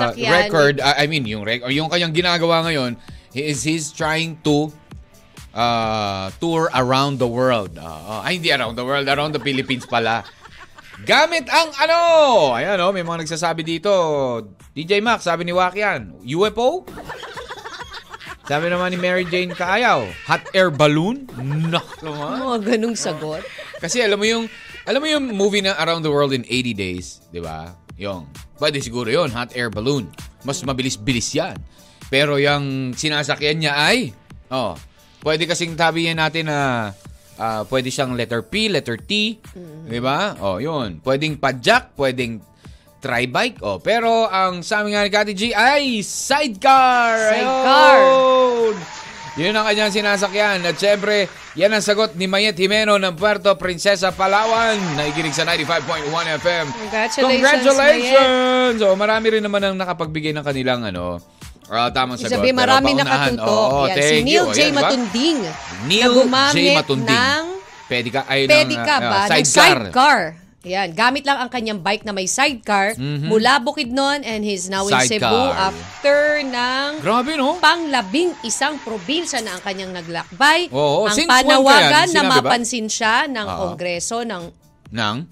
[SPEAKER 5] Sinasakyan.
[SPEAKER 4] record, ah, I mean, yung rec- yung kanyang ginagawa ngayon, he is he's trying to ah, tour around the world. Ah, ah, ay, hindi around the world, around the Philippines pala. [LAUGHS] Gamit ang ano! Ayan oh, may mga nagsasabi dito. DJ Max, sabi ni Wakian, UFO? Sabi naman ni Mary Jane Kaayaw, hot air balloon? Nako, man.
[SPEAKER 5] Mga ganung Oh, sagot.
[SPEAKER 4] Kasi alam mo yung alam mo yung movie na Around the World in 80 Days, 'di ba? Yung pwede siguro yon hot air balloon. Mas mabilis-bilis 'yan. Pero yung sinasakyan niya ay oh, pwede kasing tabihin natin na ah, pwede siyang letter P, letter T, 'di ba? Oh, yun. Pwedeng padjak, pwedeng tri-bike. Oh, pero ang sa amin nga ni Kati G ay sidecar.
[SPEAKER 5] Sidecar.
[SPEAKER 4] Ayun! Yun ang kanyang sinasakyan. At syempre, yan ang sagot ni Mayet Jimeno ng Puerto Princesa, Palawan. Naikinig sa 95.1 FM.
[SPEAKER 5] Congratulations,
[SPEAKER 4] Congratulations! So, marami rin naman ang nakapagbigay ng kanilang ano, ah, tamang sagot. Pero
[SPEAKER 5] Sabi, maraming
[SPEAKER 4] paunahan.
[SPEAKER 5] nakatuto.
[SPEAKER 4] Oo,
[SPEAKER 5] Ayan, si
[SPEAKER 4] thank
[SPEAKER 5] Neil
[SPEAKER 4] you.
[SPEAKER 5] J.
[SPEAKER 4] Ayan, diba?
[SPEAKER 5] Matunding.
[SPEAKER 4] Neil
[SPEAKER 5] na
[SPEAKER 4] J.
[SPEAKER 5] gumamit
[SPEAKER 4] Matunding.
[SPEAKER 5] ng
[SPEAKER 4] Pwede ka, ay, ng,
[SPEAKER 5] pedika
[SPEAKER 4] ah,
[SPEAKER 5] ba?
[SPEAKER 4] ah,
[SPEAKER 5] Ng sidecar. Ayan, gamit lang ang kanyang bike na may sidecar mula Bukidnon and he's now in
[SPEAKER 4] Mhm. Sidecar.
[SPEAKER 5] Cebu after ng
[SPEAKER 4] Grabe, no?
[SPEAKER 5] panglabing isang probinsya na ang kanyang naglakbay.
[SPEAKER 4] Oo,
[SPEAKER 5] ang
[SPEAKER 4] since when kaya
[SPEAKER 5] panawagan
[SPEAKER 4] yun?
[SPEAKER 5] na
[SPEAKER 4] Sinabi ba?
[SPEAKER 5] mapansin siya ng
[SPEAKER 4] Oo.
[SPEAKER 5] Kongreso ng
[SPEAKER 4] Nang?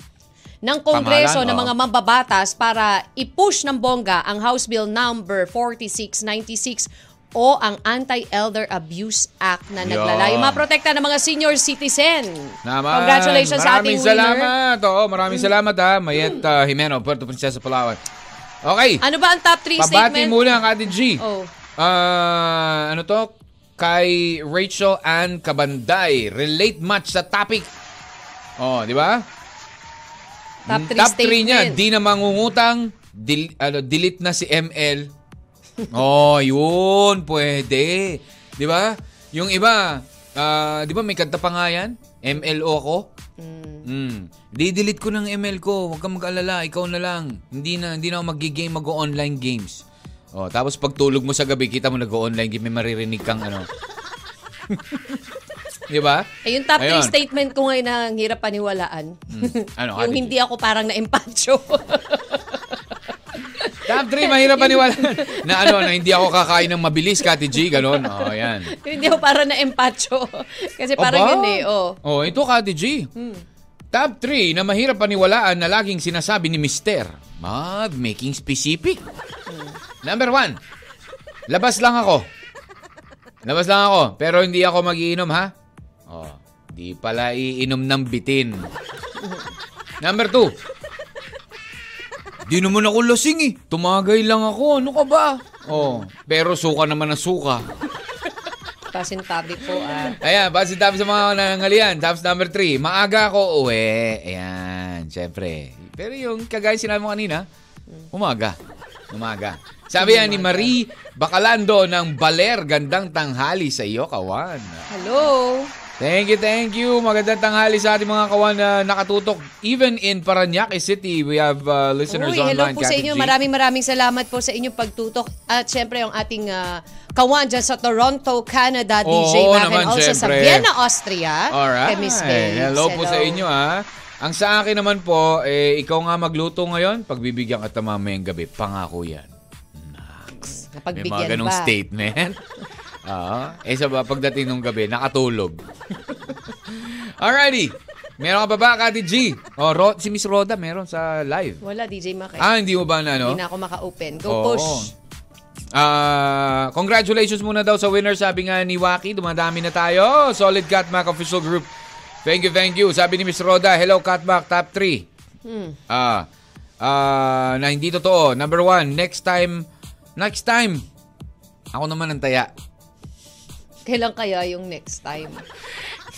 [SPEAKER 5] ng Kongreso
[SPEAKER 4] Pamahalaan,
[SPEAKER 5] ng
[SPEAKER 4] oo.
[SPEAKER 5] mga mambabatas para i-push ng bongga ang House Bill number 4696 o ang Anti-Elder Abuse Act na
[SPEAKER 4] Yan.
[SPEAKER 5] naglalayo. Maprotekta ng mga senior citizen.
[SPEAKER 4] Naman.
[SPEAKER 5] Congratulations sa
[SPEAKER 4] maraming
[SPEAKER 5] ating winner.
[SPEAKER 4] salamat. Oo, maraming salamat ha. Mayet ah, Jimeno, Puerto Princesa, Palawan. Okay.
[SPEAKER 5] Ano ba ang top 3
[SPEAKER 4] Pabati
[SPEAKER 5] statement?
[SPEAKER 4] muna, Kati G.
[SPEAKER 5] Oh.
[SPEAKER 4] Ah, ano to? Kay Rachel Ann Cabanday. Relate match sa topic. Oh, di ba?
[SPEAKER 5] Top 3
[SPEAKER 4] Hmm. Top 3
[SPEAKER 5] statement.
[SPEAKER 4] niya, di na mangungutang, del- ano, delete na si ML. oh, yun, pwede. Di ba? Yung iba, ah, di ba may kanta pa nga yan? MLO ko?
[SPEAKER 5] Mm.
[SPEAKER 4] Mm. Di-delete ko ng ML ko. Huwag kang mag-alala. Ikaw na lang. Hindi na, hindi na ako mag-game. Mag-online games. Oh, tapos pagtulog mo sa gabi, kita mo nag-online game. May maririnig kang ano. [LAUGHS] Di ba?
[SPEAKER 5] Ay, yung top 3
[SPEAKER 4] Ayun.
[SPEAKER 5] statement ko ngayon na ang hirap paniwalaan.
[SPEAKER 4] Ano,
[SPEAKER 5] yung
[SPEAKER 4] Ate?
[SPEAKER 5] hindi ako parang na-empacho. [LAUGHS]
[SPEAKER 4] Top 3, mahirap paniwalaan. [LAUGHS] na ano, na hindi ako kakain ng mabilis, Kati G. Ganon. Oh, yan.
[SPEAKER 5] yung hindi ako parang na-empacho. Kasi parang
[SPEAKER 4] Aba?
[SPEAKER 5] yun eh, Hmm.
[SPEAKER 4] Oh,
[SPEAKER 5] oh.
[SPEAKER 4] ito Kati G. Top 3 na mahirap paniwalaan na laging sinasabi ni Mister. Mad, making specific.
[SPEAKER 5] Hmm.
[SPEAKER 4] Number 1. Labas lang ako. Labas lang ako, pero hindi ako magiinom ha. Oh, di pala iinom ng bitin. Number 2. Di naman ako lasing eh. Tumagay lang ako. Ano ka ba? Oh, pero suka naman ang suka.
[SPEAKER 5] Pasintabi po ah.
[SPEAKER 4] Ayan, base tabi sa mga nanangalian. Tapos number three, maaga ako uwi. Ayan, syempre. Pero yung kagaya sinabi mo kanina, umaga. Umaga. Sabi yan ni Marie Bacalando ng Baler, gandang tanghali sa iyo, kawan.
[SPEAKER 5] Hello?
[SPEAKER 4] Thank you, thank you. Magandang tanghali sa ating mga kawan na nakatutok. Even in Paranaque City, we have uh, listeners
[SPEAKER 5] Uy, hello
[SPEAKER 4] online.
[SPEAKER 5] po sa
[SPEAKER 4] Kati
[SPEAKER 5] inyo.
[SPEAKER 4] G.
[SPEAKER 5] Maraming maraming salamat po sa inyong pagtutok. At syempre yung ating ah, kawan dyan sa Toronto, Canada, DJ
[SPEAKER 4] Oo
[SPEAKER 5] Mac.
[SPEAKER 4] naman,
[SPEAKER 5] and also sa
[SPEAKER 4] syempre.
[SPEAKER 5] Vienna, Austria.
[SPEAKER 4] Alright.
[SPEAKER 5] Ah, Kay Miss Babes.
[SPEAKER 4] Hello, po sa inyo ha. Ang sa akin naman po, eh, ikaw nga magluto ngayon, pagbibigyan ka tamamayang gabi. Pangako yan. May
[SPEAKER 5] Napagbigyan
[SPEAKER 4] mga ganong
[SPEAKER 5] ba? [LAUGHS]
[SPEAKER 4] statement. Ah, eh sa ba, pagdating ng gabi, nakatulog. [LAUGHS] Alrighty. Meron ka pa ba, Kati G? Oh, Ro- si Miss Roda meron sa live.
[SPEAKER 5] Wala, DJ Mac. eh.
[SPEAKER 4] Ah, hindi mo ba na ano?
[SPEAKER 5] Hindi na ako maka-open. Go
[SPEAKER 4] Oo.
[SPEAKER 5] push.
[SPEAKER 4] Ah, congratulations muna daw sa winner. Sabi nga ni Waki, dumadami na tayo. Solid Catmac official group. Thank you, thank you. Sabi ni Miss Roda, hello Catmac, top 3. Ah, ah, na hindi totoo. Number one, next time, next time, ako naman ang taya.
[SPEAKER 5] Kailan kaya yung next time?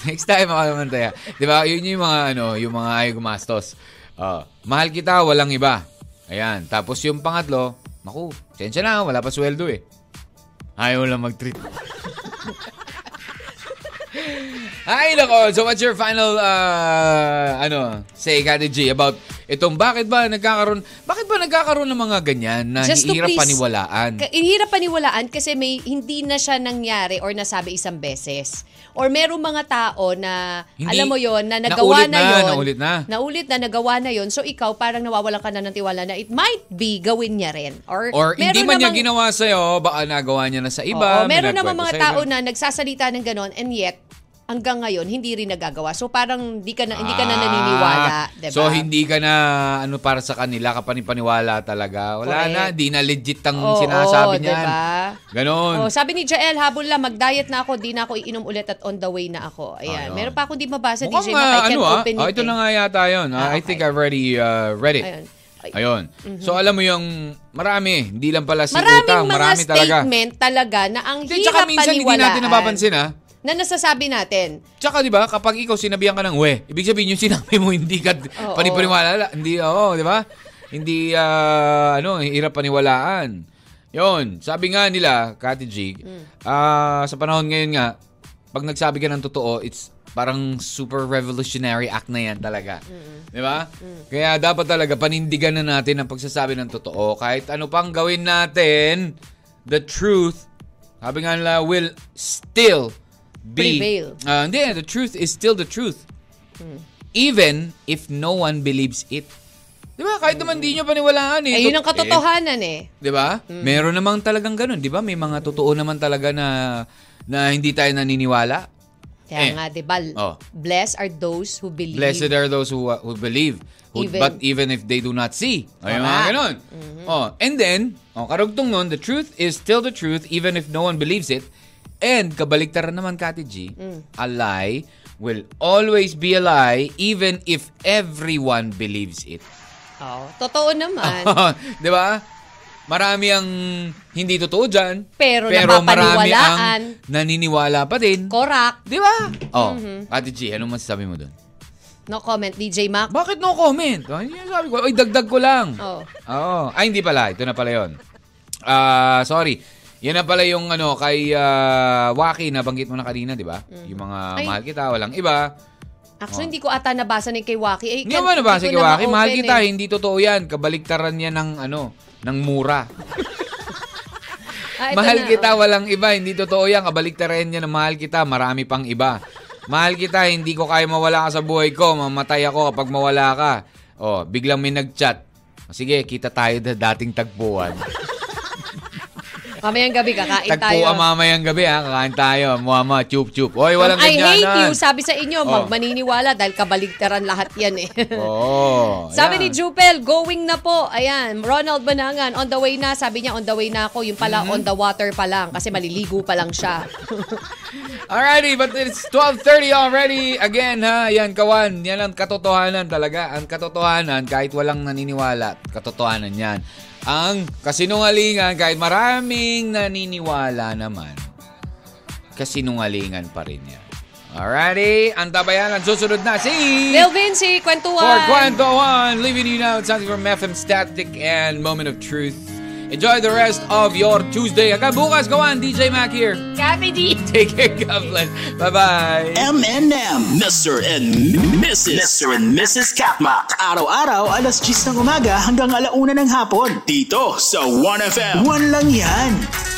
[SPEAKER 4] Next time ako naman taya. Di ba? Yun yung mga ano, yung mga ayaw gumastos. Ah, mahal kita, walang iba. Ayan. Tapos yung pangatlo, naku, sensya na, wala pa sweldo eh. Ayaw lang mag-treat. Ay, nako. So what's your final, ah, ano, say, Kati G, about itong bakit ba nagkakaroon, bakit ba nagkakaroon ng mga ganyan na
[SPEAKER 5] Just to
[SPEAKER 4] hirap
[SPEAKER 5] please-
[SPEAKER 4] paniwalaan?
[SPEAKER 5] Ka- eh, hirap paniwalaan kasi may hindi na siya nangyari or nasabi isang beses. Or merong mga tao na,
[SPEAKER 4] Hindi.
[SPEAKER 5] alam mo yon na nagawa
[SPEAKER 4] Naulit
[SPEAKER 5] na,
[SPEAKER 4] na,
[SPEAKER 5] yon.
[SPEAKER 4] naulit na.
[SPEAKER 5] Naulit na, nagawa na yon. So ikaw parang nawawalan ka na ng tiwala na it might be gawin niya rin. Or,
[SPEAKER 4] Or hindi
[SPEAKER 5] meron
[SPEAKER 4] man niya
[SPEAKER 5] namang-
[SPEAKER 4] ginawa sa'yo, baka nagawa niya na sa
[SPEAKER 5] Oo,
[SPEAKER 4] iba. may
[SPEAKER 5] meron naman
[SPEAKER 4] nagkwento
[SPEAKER 5] mga
[SPEAKER 4] sa iba.
[SPEAKER 5] tao na nagsasalita ng ganon and yet hanggang ngayon hindi rin nagagawa. So parang hindi ka na, hindi ka na
[SPEAKER 4] Ah,
[SPEAKER 5] naniniwala, diba? 'di ba?
[SPEAKER 4] So hindi ka na ano para sa kanila kapanipaniwala talaga. Wala
[SPEAKER 5] Correct.
[SPEAKER 4] na, di na legit ang
[SPEAKER 5] Oo,
[SPEAKER 4] sinasabi
[SPEAKER 5] diba?
[SPEAKER 4] niyan. Ganon.
[SPEAKER 5] Oh, sabi ni Jael, habol lang, mag-diet na ako, di na ako iinom ulit at on the way na ako. Ayan.
[SPEAKER 4] Ayun.
[SPEAKER 5] Meron pa akong di mabasa,
[SPEAKER 4] Mukhang,
[SPEAKER 5] DJ Mac, I
[SPEAKER 4] ah,
[SPEAKER 5] can't
[SPEAKER 4] ano ah,
[SPEAKER 5] open
[SPEAKER 4] ah,
[SPEAKER 5] it.
[SPEAKER 4] ito
[SPEAKER 5] eh.
[SPEAKER 4] na nga yata yun. Ah,
[SPEAKER 5] Ah,
[SPEAKER 4] I think
[SPEAKER 5] okay.
[SPEAKER 4] I've already uh, read it.
[SPEAKER 5] Ayun. Ay- Mm-hmm.
[SPEAKER 4] Ayun. So alam mo yung marami, hindi lang pala si
[SPEAKER 5] Maraming
[SPEAKER 4] utang,
[SPEAKER 5] mga
[SPEAKER 4] marami talaga.
[SPEAKER 5] statement talaga na ang
[SPEAKER 4] Hindi,
[SPEAKER 5] hirap
[SPEAKER 4] tsaka minsan
[SPEAKER 5] paniwalaan.
[SPEAKER 4] hindi natin napapansin ah.
[SPEAKER 5] Na nasasabi natin.
[SPEAKER 4] Tsaka 'di ba, kapag ikaw sinabihan ka ng we, ibig sabihin yung sinabi mo [LAUGHS] hindi ka
[SPEAKER 5] Oo.
[SPEAKER 4] panipaniwala, hindi oo, 'di ba? Hindi ah, ano, hirap paniwalaan. 'Yon, sabi nga nila, Kati G, ah, sa panahon ngayon nga, pag nagsabi ka ng totoo, it's parang super revolutionary act na yan talaga. 'Di ba? Kaya dapat talaga panindigan na natin ang pagsasabi ng totoo kahit ano pang gawin natin, the truth sabi nga nila will still be
[SPEAKER 5] Prevail.
[SPEAKER 4] Ah, hindi, the truth is still the truth. Even if no one believes it. Di ba? Kahit naman di nyo paniwalaan eh.
[SPEAKER 5] Eh, yun ang
[SPEAKER 4] Tot-
[SPEAKER 5] katotohanan eh.
[SPEAKER 4] eh, Di ba? Meron namang talagang ganun. Di ba? May mga totoo naman talaga na na hindi tayo naniniwala.
[SPEAKER 5] Kaya
[SPEAKER 4] Eh.
[SPEAKER 5] nga, di ba?
[SPEAKER 4] Oh.
[SPEAKER 5] Blessed are those who believe.
[SPEAKER 4] Blessed are those who, uh, who believe, who,
[SPEAKER 5] Even-
[SPEAKER 4] but even if they do not see. O, yung mga
[SPEAKER 5] Tama. Mm-hmm.
[SPEAKER 4] ganun. Oh, and then, oh, karugtong nun, the truth is still the truth even if no one believes it. And kabaliktaran naman, Kati G,
[SPEAKER 5] Mm.
[SPEAKER 4] a lie will always be a lie even if everyone believes it.
[SPEAKER 5] Oh, totoo naman.
[SPEAKER 4] [LAUGHS] Di ba? Marami ang hindi totoo dyan.
[SPEAKER 5] Pero
[SPEAKER 4] marami
[SPEAKER 5] napapaniwalaan.
[SPEAKER 4] ang naniniwala pa din.
[SPEAKER 5] Correct.
[SPEAKER 4] Di ba? Oh,
[SPEAKER 5] Mm-hmm.
[SPEAKER 4] Kati G, anong masasabi mo doon?
[SPEAKER 5] No comment, DJ Mac.
[SPEAKER 4] Bakit no comment? Ay, yun sabi ko, ay dagdag ko lang.
[SPEAKER 5] Oo.
[SPEAKER 4] Oo. Ay, hindi pala. Ito na pala yun. Ah, sorry. Yan na pala yung ano, kay ah, Waki na banggit mo na kanina, di ba? Yung mga
[SPEAKER 5] Mm-hmm. Ay.
[SPEAKER 4] mahal kita, walang iba.
[SPEAKER 5] Actually, hindi ko ata nabasa ni kay Waki. Eh,
[SPEAKER 4] Oh. Hindi
[SPEAKER 5] kan-
[SPEAKER 4] mo ano ba si
[SPEAKER 5] ko na
[SPEAKER 4] Kiwaki? Mahal
[SPEAKER 5] ma-open
[SPEAKER 4] kita,
[SPEAKER 5] eh.
[SPEAKER 4] hindi totoo yan. Kabaliktaran yan ng ano, ng mura.
[SPEAKER 5] Ah, ito
[SPEAKER 4] mahal
[SPEAKER 5] na,
[SPEAKER 4] kita,
[SPEAKER 5] oh.
[SPEAKER 4] walang iba. Hindi totoo yan. Kabaliktaran yan na mahal kita. Marami pang iba. Mahal kita, hindi ko kaya mawala ka sa buhay ko. Mamatay ako kapag mawala ka. Oh, biglang may nag-chat. Sige, kita tayo na dating
[SPEAKER 5] [LAUGHS]
[SPEAKER 4] tagpuan.
[SPEAKER 5] Mamayang gabi, kakain tayo.
[SPEAKER 4] Tagpuan mamayang gabi ha. Kakain tayo. Mama, chup-chup. Oy, walang
[SPEAKER 5] I
[SPEAKER 4] ganyanan.
[SPEAKER 5] hate you, sabi sa inyo.
[SPEAKER 4] Oh.
[SPEAKER 5] Magmaniniwala dahil kabaligtaran lahat yan eh.
[SPEAKER 4] Oo.
[SPEAKER 5] [LAUGHS] Sabi ni
[SPEAKER 4] ayan.
[SPEAKER 5] Jupel, going na po. Ayan, Ronald Banangan, on the way na. Sabi niya, on the way na ako. Yung pala,
[SPEAKER 4] Mm-hmm.
[SPEAKER 5] on the water pa lang. Kasi maliligo pa lang siya.
[SPEAKER 4] Alrighty, but it's 12.30 already. Again, ha, yan, kawan. Yan ang katotohanan talaga. Ang katotohanan, kahit walang naniniwala, katotohanan yan. Ang kasinungalingan, kahit maraming naniniwala naman, kasinungalingan pa rin yan. Alrighty, ang tabayan ang susunod na si...
[SPEAKER 5] Lil Vinci,
[SPEAKER 4] For
[SPEAKER 5] kwentuhan.
[SPEAKER 4] Cuento One, leaving you now with something from FM Static and Moment of Truth. Enjoy the rest of your Tuesday. Hanggang bukas, kawan. DJ Mac here.
[SPEAKER 5] Kathy D.
[SPEAKER 4] Take care. God bless. Bye-bye.
[SPEAKER 1] M&M. Mr. and Mrs. Mr. and Mrs. Katma.
[SPEAKER 3] Araw-araw, alas 10 ng umaga hanggang alauna ng hapon.
[SPEAKER 1] Dito sa 1FM.
[SPEAKER 3] One lang yan.